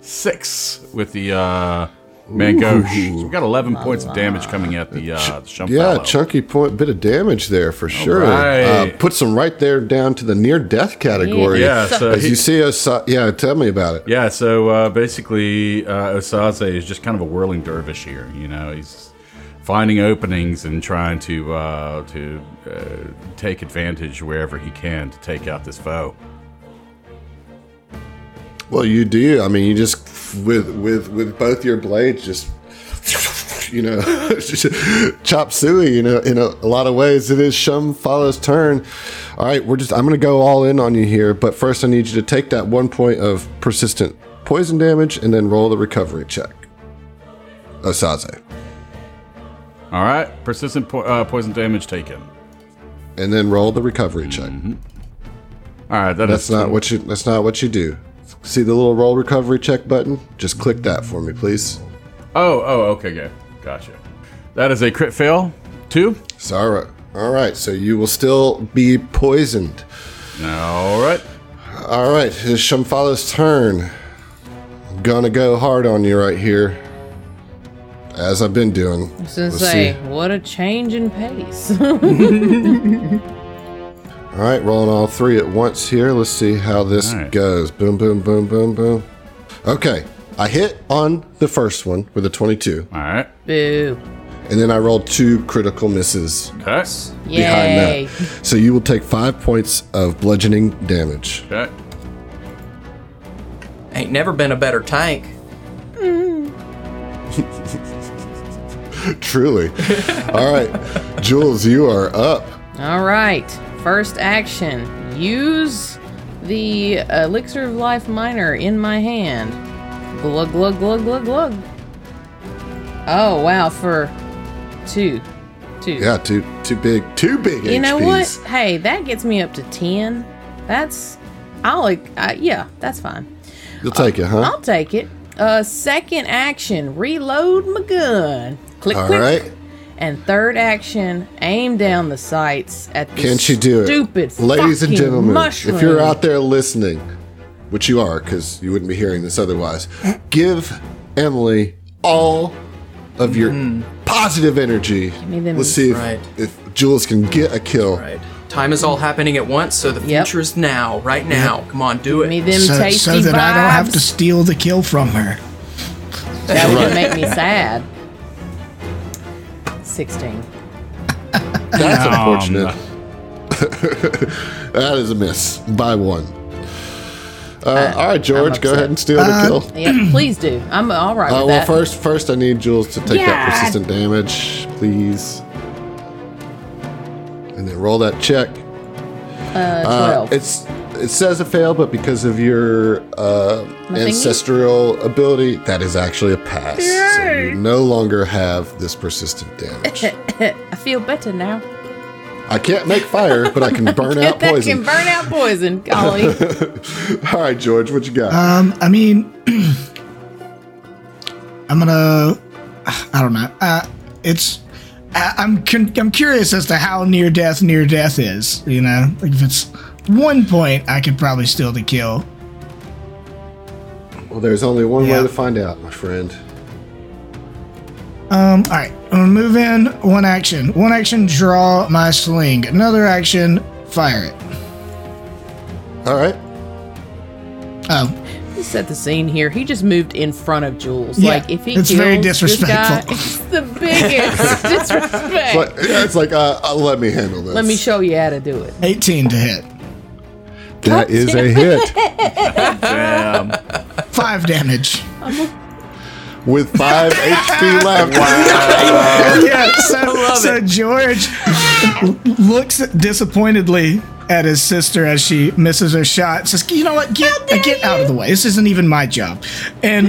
six with the uh, Mangosh. So we got 11 points of damage coming at the uh, the Shump Yeah, Fallow. chunky point, bit of damage there for sure. right. Uh, puts him right there down to the near death category. Yeah, so As he- you see us, uh, yeah, tell me about it. Yeah, so uh, basically, uh, Osaze is just kind of a whirling dervish here. You know, he's finding openings and trying to uh, to uh, take advantage wherever he can to take out this foe. Well, you do. I mean, you just with with with both your blades, just you know, chop suey. You know, in a, a lot of ways, it is Shum follows turn. All right, we're just. I'm going to go all in on you here, but first, I need you to take that one point of persistent poison damage and then roll the recovery check. Osaze. All right, persistent po- uh, poison damage taken. And then roll the recovery check. All right, that That's is not what you. That's not what you do. See the little roll recovery check button? Just click that for me, please. Oh, oh, okay, yeah, gotcha. That is a crit fail. Two. Sorry. All right. So you will still be poisoned. All right. All right. It's Shambhala's turn. I'm gonna go hard on you right here, as I've been doing. Let's Sensei, what a change in pace. All right, rolling all three at once here. Let's see how this All right. goes. Boom, boom, boom, boom, boom. Okay, I hit on the first one with a 22, All right. Boo. and then I rolled two critical misses Okay. Yay. behind that. So you will take five points of bludgeoning damage. Okay. Ain't never been a better tank. Truly. All right, Jules, you are up. All right. First action use the Elixir of Life Miner in my hand. Glug, glug, glug, glug, glug. Oh, wow. For two. Two. Yeah, too too big, too big. You know what? HPs. Hey, that gets me up to 10. That's. I'll like. I, yeah, that's fine. You'll take it, huh? I'll take it. Uh, second action reload my gun. Click, All click. right. And third action, aim down the sights at the Can she do it? stupid ladies and fucking gentlemen. mushroom. If you're out there listening, which you are, because you wouldn't be hearing this otherwise, give Emily all of your positive energy. me them- Let's see if, Mm-hmm. Right. if Jules can get a kill. Right. Time is all happening at once, so the Yep. future is now, right now. Come on, do me it. them So, tasty so that vibes. I don't have to steal the kill from her. That would make me sad. Sixteen. That's Um, unfortunate. that is a miss by one. Uh, all right, George, go upset. Uh, ahead and steal the kill. Yeah, please do. I'm all right Uh, well, with that. first, first I need Jules to take that Yeah. persistent damage, please, and then roll that check. uh, Uh, Twelve. it's it says a fail, but because of your uh, thingy? ancestral ability, that is actually a pass. So you no longer have this persistent damage. I feel better now. I can't make fire, but I can burn out that can poison. burn out poison, Golly. All right, George, what you got? Um, I mean, I'm gonna. I don't know. Uh, it's. I, I'm con- I'm curious as to how near death near death is. You know, like if it's one point, I could probably steal the kill. well, there's only one yeah. way to find out, my friend. Um, all right, I'm gonna move in. One action. One action. Draw my sling. Another action. Fire it. All right. Oh, Let's set the scene here. He just moved in front of Jules. Yeah, like if he it's kills very this guy, disrespectful. it's the biggest disrespect. But it's like, uh, uh, let me handle this. Let me show you how to do it. 18 to hit. That is a hit. Damn. Five damage. with five HP left. yeah, so, so George looks disappointedly at his sister as she misses her shot. Says, "You know what? Get get out of the way. This isn't even my job." And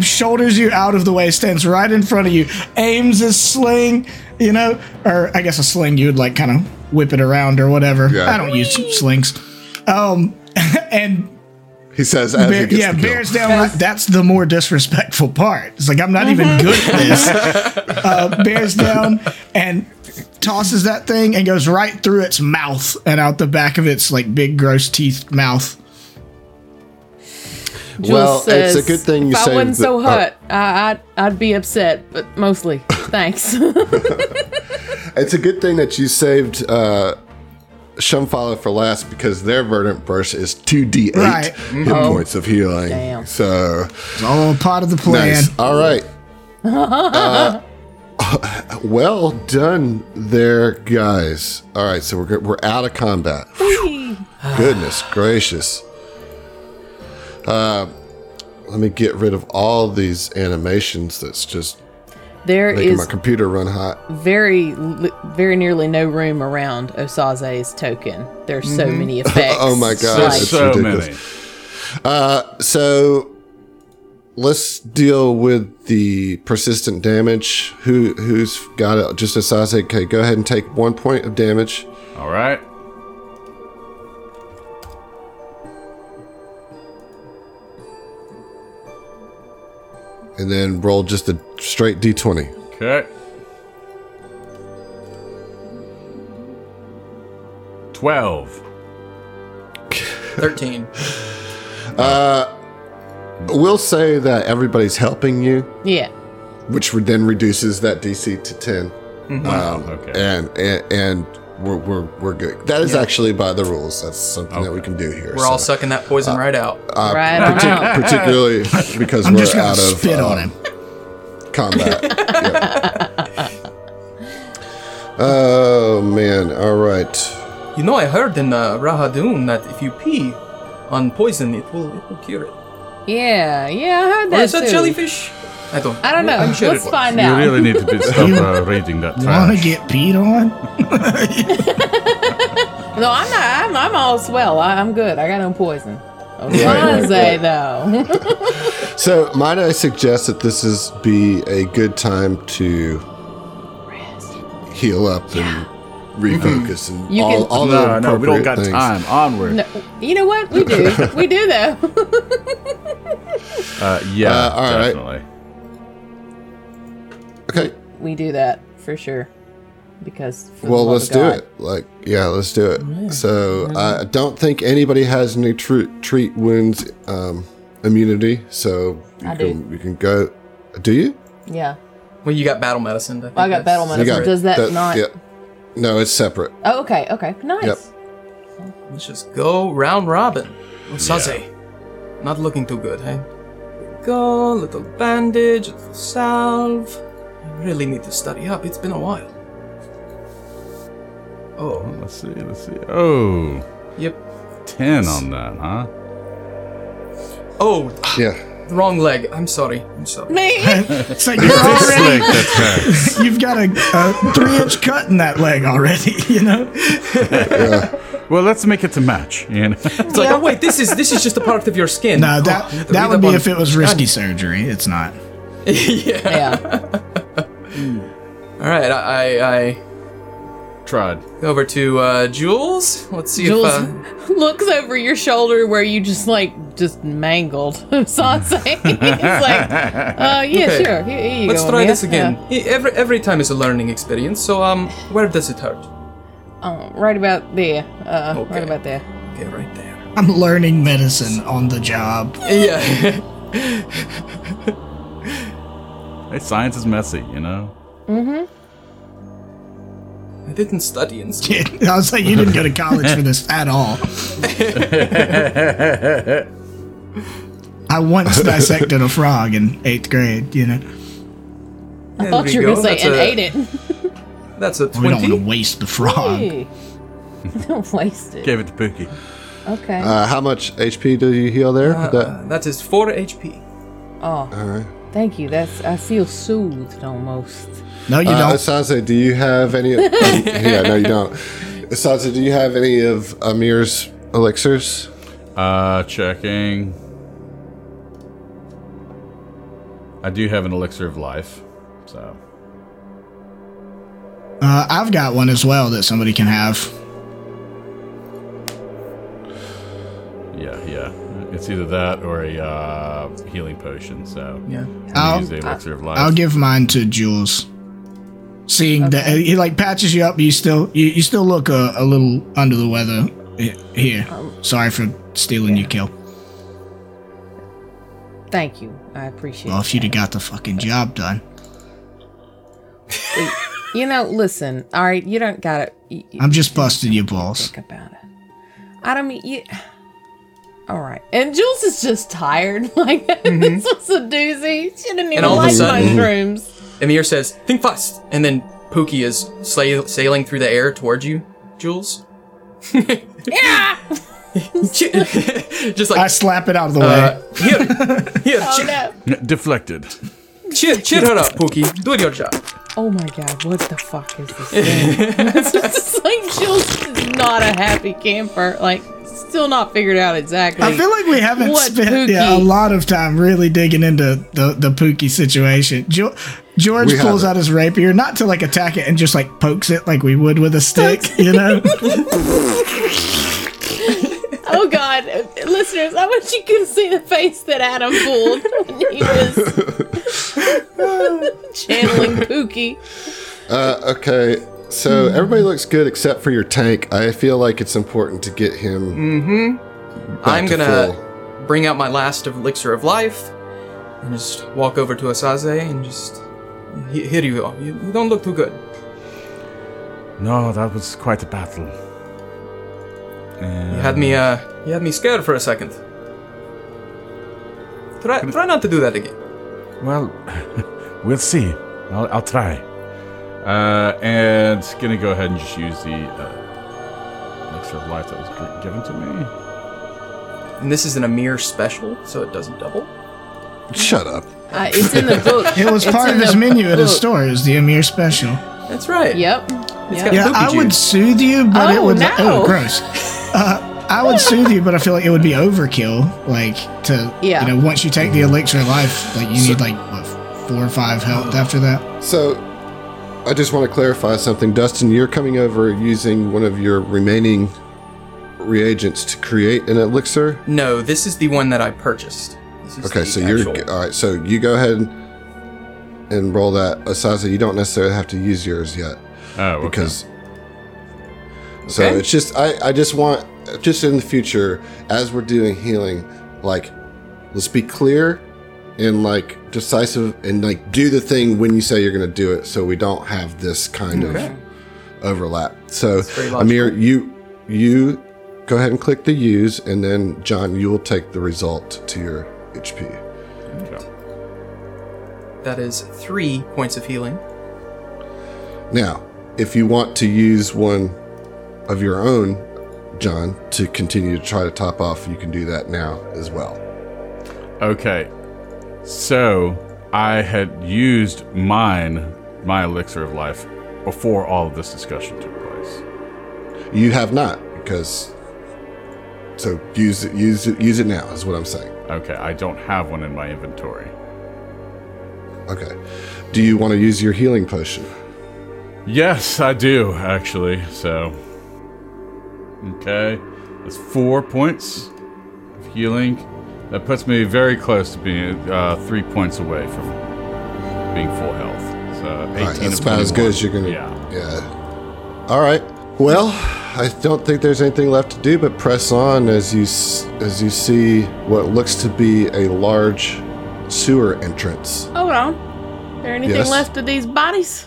shoulders you out of the way, stands right in front of you, aims his sling. You know, or I guess a sling you would like kind of whip it around or whatever. Yeah. I don't use slings. Um, and He says, as he Bear, gets yeah, the kill. bears down. Like, that's the more disrespectful part. It's like I'm not even good at this. Uh, bears down and tosses that thing and goes right through its mouth and out the back of its like big gross teeth mouth. Jules Well, says, it's a good thing you if I saved wasn't the- so oh. hot, I, I'd, I'd be upset, but mostly thanks. It's a good thing that you saved uh, Shumfala for last because their verdant burst is 2d8 Right. Mm-hmm. hit points of healing. Damn. So, It's all part of the plan. nice. All right. Uh, well done there, guys. All right, so we're, go- we're out of combat. Goodness gracious. Uh, let me get rid of all these animations that's just there making my is computer run hot. very, li- very nearly no room around Osaze's token. There's so many effects. Oh my It's gosh. There's Right. like- so Ridiculous. many. So let's deal with the persistent damage. Who who's got it? Just a size. Okay, go ahead and take one point of damage. All right. And then roll just a straight d20. Okay. Twelve. 13. We'll say that everybody's helping you, Yeah. which would then reduces that DC to 10. Um, Okay. And and, and we're, we're, we're good. That is actually by the rules. That's something that we can do here. We're all so, sucking that Uh, poison right out. Uh, right on out. particularly because I'm we're just gonna out of spit um, on him. combat. Yeah. Oh man! All right. You know, I heard in uh, Rahadun that if you pee on poison, it will, it will cure it. Yeah. Yeah. I heard that. Or is that too. jellyfish? I don't. I don't know. I'm sure Let's it was. find You out. really need to be- stop uh, reading that Want trash. to get peed on? No, I'm not. I'm, I'm all swell. I, I'm good. I got no poison. Right, Osaze, though. So might I suggest that this is be a good time to heal up and refocus Mm-hmm. and You all, can- all the No, no, we don't appropriate got things. time. Onward. No, you know what? We do. We do, though. Uh, yeah, Uh, all right. definitely. Okay. we do that for sure. Because. for the Well, love let's of do God. it. Like, yeah, let's do it. So I don't think anybody has any tru- treat wounds um, immunity. So you I do. can you can go. Do you? Yeah. Well, you got battle medicine. I, think Well, I got that's- battle You medicine. Does that not- yeah. No, it's separate. Oh, okay. Okay. Nice. Yep. Let's just go round robin. Osaze. Not looking too good, hey? Go, little bandage, little salve. I really need to study up. It's been a while. Oh, Let's see. Let's see. Oh, yep. 10 on that, huh? Oh, Yeah. wrong leg. I'm sorry. I'm sorry. Me? It's like you're already. You've got a, a three-inch cut in that leg already. You know. Well, let's make it to match. You know? It's like, oh wait, this is this is just a part of your skin. No, Oh, that read that would up be on- if it was risky surgery. It's not. yeah. yeah. All right, I, I, I Tried. go over to uh, Jules. Let's see Jules if. Uh, looks over your shoulder where you just like just mangled Sansa. He's like, uh, yeah, Okay. sure. Here, here you let's go, try Mia. this again. Yeah. E- Every every time is a learning experience. So um, where does it hurt? Um, right about there. Uh, Okay. right about there. Okay, right there. I'm learning medicine on the job. Yeah. Hey, science is messy, you know? I didn't study in school. I was like, you didn't go to college for this at all. I once dissected a frog in eighth grade, you know. There I thought we you were go. going to say, That's and a- ate it. That's a We don't want twenty. to waste the frog. Hey. Don't waste it. Gave it to Pookie. Okay. Uh, how much HP do you heal there? Uh, That- that is four HP. oh, all right. thank you. That's I feel soothed almost. No, you Uh, don't. Asase, do you have any? oh, yeah, um, no, you don't. Sansa, do you have any of Amir's elixirs? Uh, checking. I do have an elixir of life, so Uh, I've got one as well that somebody can have. yeah, yeah. It's either that or a uh, healing potion. So Yeah. I'm gonna I'll- use the elixir of life. I'll give mine to Jules. Seeing that he like patches you up, but you still you, you still look uh, a, a little under the weather. He- Here, sorry for stealing your kill. Thank you. I appreciate Well, if you'd that. have got the fucking job done, You know, listen. All right, you don't gotta you, you I'm just busting your balls. think about it. I don't mean you. All right, and Jules is just tired. Like this was a doozy. She didn't even Mm-hmm. all of a like sudden- mushrooms. Emir says, "Think fast," and then Pookie is sail- sailing through the air towards you, Jules. Yeah. Just I like slap it out of the uh, way. here, here, Oh cheer, no. N- Deflected. cheer, cheer her up, Pookie. Do your job. Oh my god, what the fuck is this thing? it's just like Jules is not a happy camper. Like, still not figured out exactly. I feel like we haven't What spent yeah, a Pookie? lot of time really digging into the the Pookie situation. Jo- George We pulls haven't. out his rapier, not to like attack it and just like pokes it like we would with a stick, you know. oh god, listeners, I wish you could see the face that Adam pulled when he was channeling Pookie. Uh, okay, so Hmm. everybody looks good except for your tank. I feel like it's important to get him. back I'm to gonna full. bring out my last of elixir of life and just walk over to Asaze and just "He- here you are. You, you don't look too good. No, that was quite a battle. And You had me uh you had me scared for a second. Try try not to do that again. Well, we'll see. I'll, I'll try. Uh, and gonna go ahead and just use the uh, elixir of life that was gi- given to me. And this is an Amir special, so it doesn't double. Shut up. Uh, it's in the book. It was It's part in of his the menu at his book. store. Is the Amir special? That's right. Yep. yep. got- Yeah, Look I at you. would soothe you, but it Oh, would no. oh gross. Uh, I would soothe you, but I feel like it would be overkill. Like to Yeah. you know, once you take the elixir of life, like you need like what four or five Oh. health after that. So, I just want to clarify something. Dustin, you're coming over using one of your remaining reagents to create an elixir. No, this is the one that I purchased. This is Okay, the so you're uh, actual- all right. So you go ahead and, and roll that, Asaza. You don't necessarily have to use yours yet Oh, okay. because. So Okay. it's just I, I just want just in the future as we're doing healing, like let's be clear and like decisive and like do the thing when you say you're going to do it, so we don't have this kind of overlap. So very logical. Amir, you you go ahead and click the use, and then John, you will take the result to your HP. Okay. that is three points of healing. Now, if you want to use one of your own, John, to continue to try to top off, you can do that now as well. Okay. So I had used mine, my elixir of life, before all of this discussion took place. You have not because so use it, use it, use it now is what I'm saying. Okay, I don't have one in my inventory. Okay. Do you want to use your healing potion? Yes, I do, actually. So. Okay. That's four points of healing. That puts me very close to being uh, three points away from being full health. So 18 All right, that's of about as 21. good as you're gonna. Yeah. Yeah. All right. Well, I don't think there's anything left to do but press on as you s- as you see what looks to be a large sewer entrance. Hold on. there anything Yes. left of these bodies?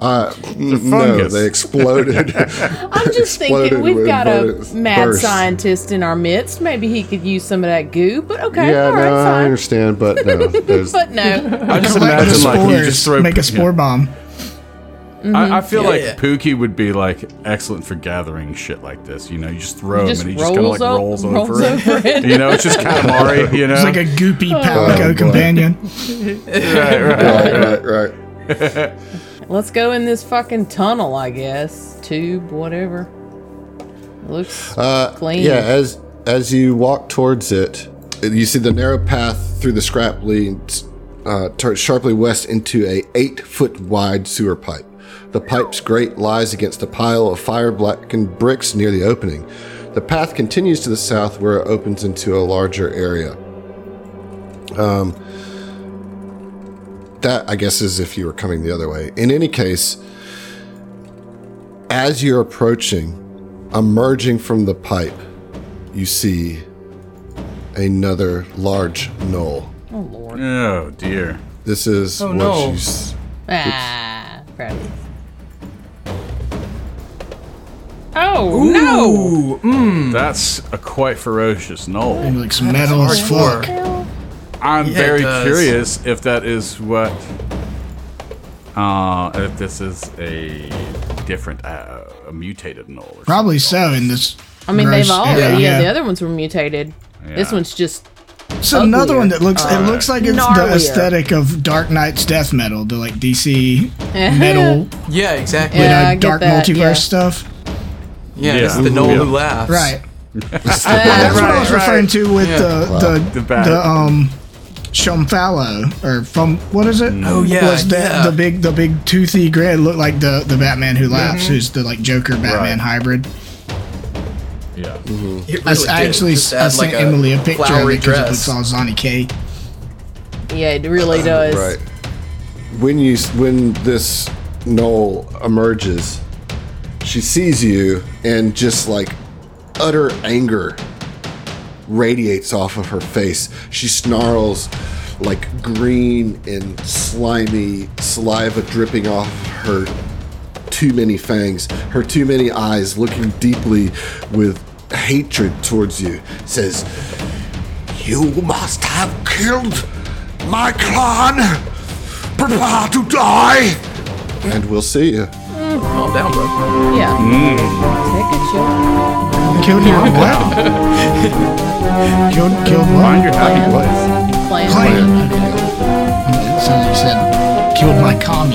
Uh, no, fungus. they exploded. I'm just Exploded thinking we've with got a bullets mad burst. scientist in our midst. Maybe he could use some of that goo. But okay, yeah, all no, I right, understand, but no, fine. there's, But no, I just Collect the imagine like you spores, just throw make a yeah. spore bomb. I, I Mm-hmm. feel like Yeah. Pookie would be like excellent for gathering shit like this. You know, you just throw him just and he just kind of rolls like up- rolls, rolls over, it. over it. you know, it's just calamari. You know, Oh. It's like a goopy palico boy. companion. right, right, right. Let's go in this fucking tunnel, I guess. Tube, whatever. It looks Uh, clean. Yeah, as as you walk towards it, you see the narrow path through the scrap leads uh, turns sharply west into a eight foot wide sewer pipe. The pipe's grate lies against a pile of fire blackened bricks near the opening. The path continues to the south, where it opens into a larger area. Um, that I guess is if you were coming the other way. In any case, as you're approaching, Emerging from the pipe, you see another large knoll. Oh, Lord. Oh dear. This is what no. you. s- Ah, crap. Oh, no! Ooh, mm, That's a quite ferocious knoll. Maybe like some metal as hardcore. fuck. I'm Yeah, it very does. curious if that is what. Uh, if this is a different, uh, a mutated null. Or Probably so in this. I mean, gross they've all. area. Yeah, the other ones were mutated. This Yeah. one's just. It's another one that looks. it looks like it's the Uh, gnarlier. aesthetic of Dark Knight's death metal, the like DC metal, yeah, exactly. you Yeah, Yeah. know, I get dark that, multiverse yeah. stuff. this Yeah. is the Noel Yeah. who laughs. Right. Ah, That's what I was right. referring to with Yeah. the the The the, bat. um Shumfalo or from what is it? Oh, yeah, was that yeah. the big the big toothy grid looked like the the Batman who laughs, who's the like Joker Mm-hmm. Batman Right. hybrid. Yeah. It I, s- really I did. actually Just s- I add, sent like, Emily a picture of flowery it because it dress. looks all Zonny K. Yeah, it really does. Right. When you s- when this knoll emerges, she sees you and just like utter anger radiates off of her face. She snarls like green and slimy saliva dripping off her too many fangs, her too many eyes looking deeply with hatred towards you, says, You must have killed my clan! Prepare to die! And we'll see you. Calm down, bro. Yeah. Mm. Take a chill. Killed your what? killed killed Find what? your happy Plan. place. Plan. Clan. Okay. Sounds like you said killed my con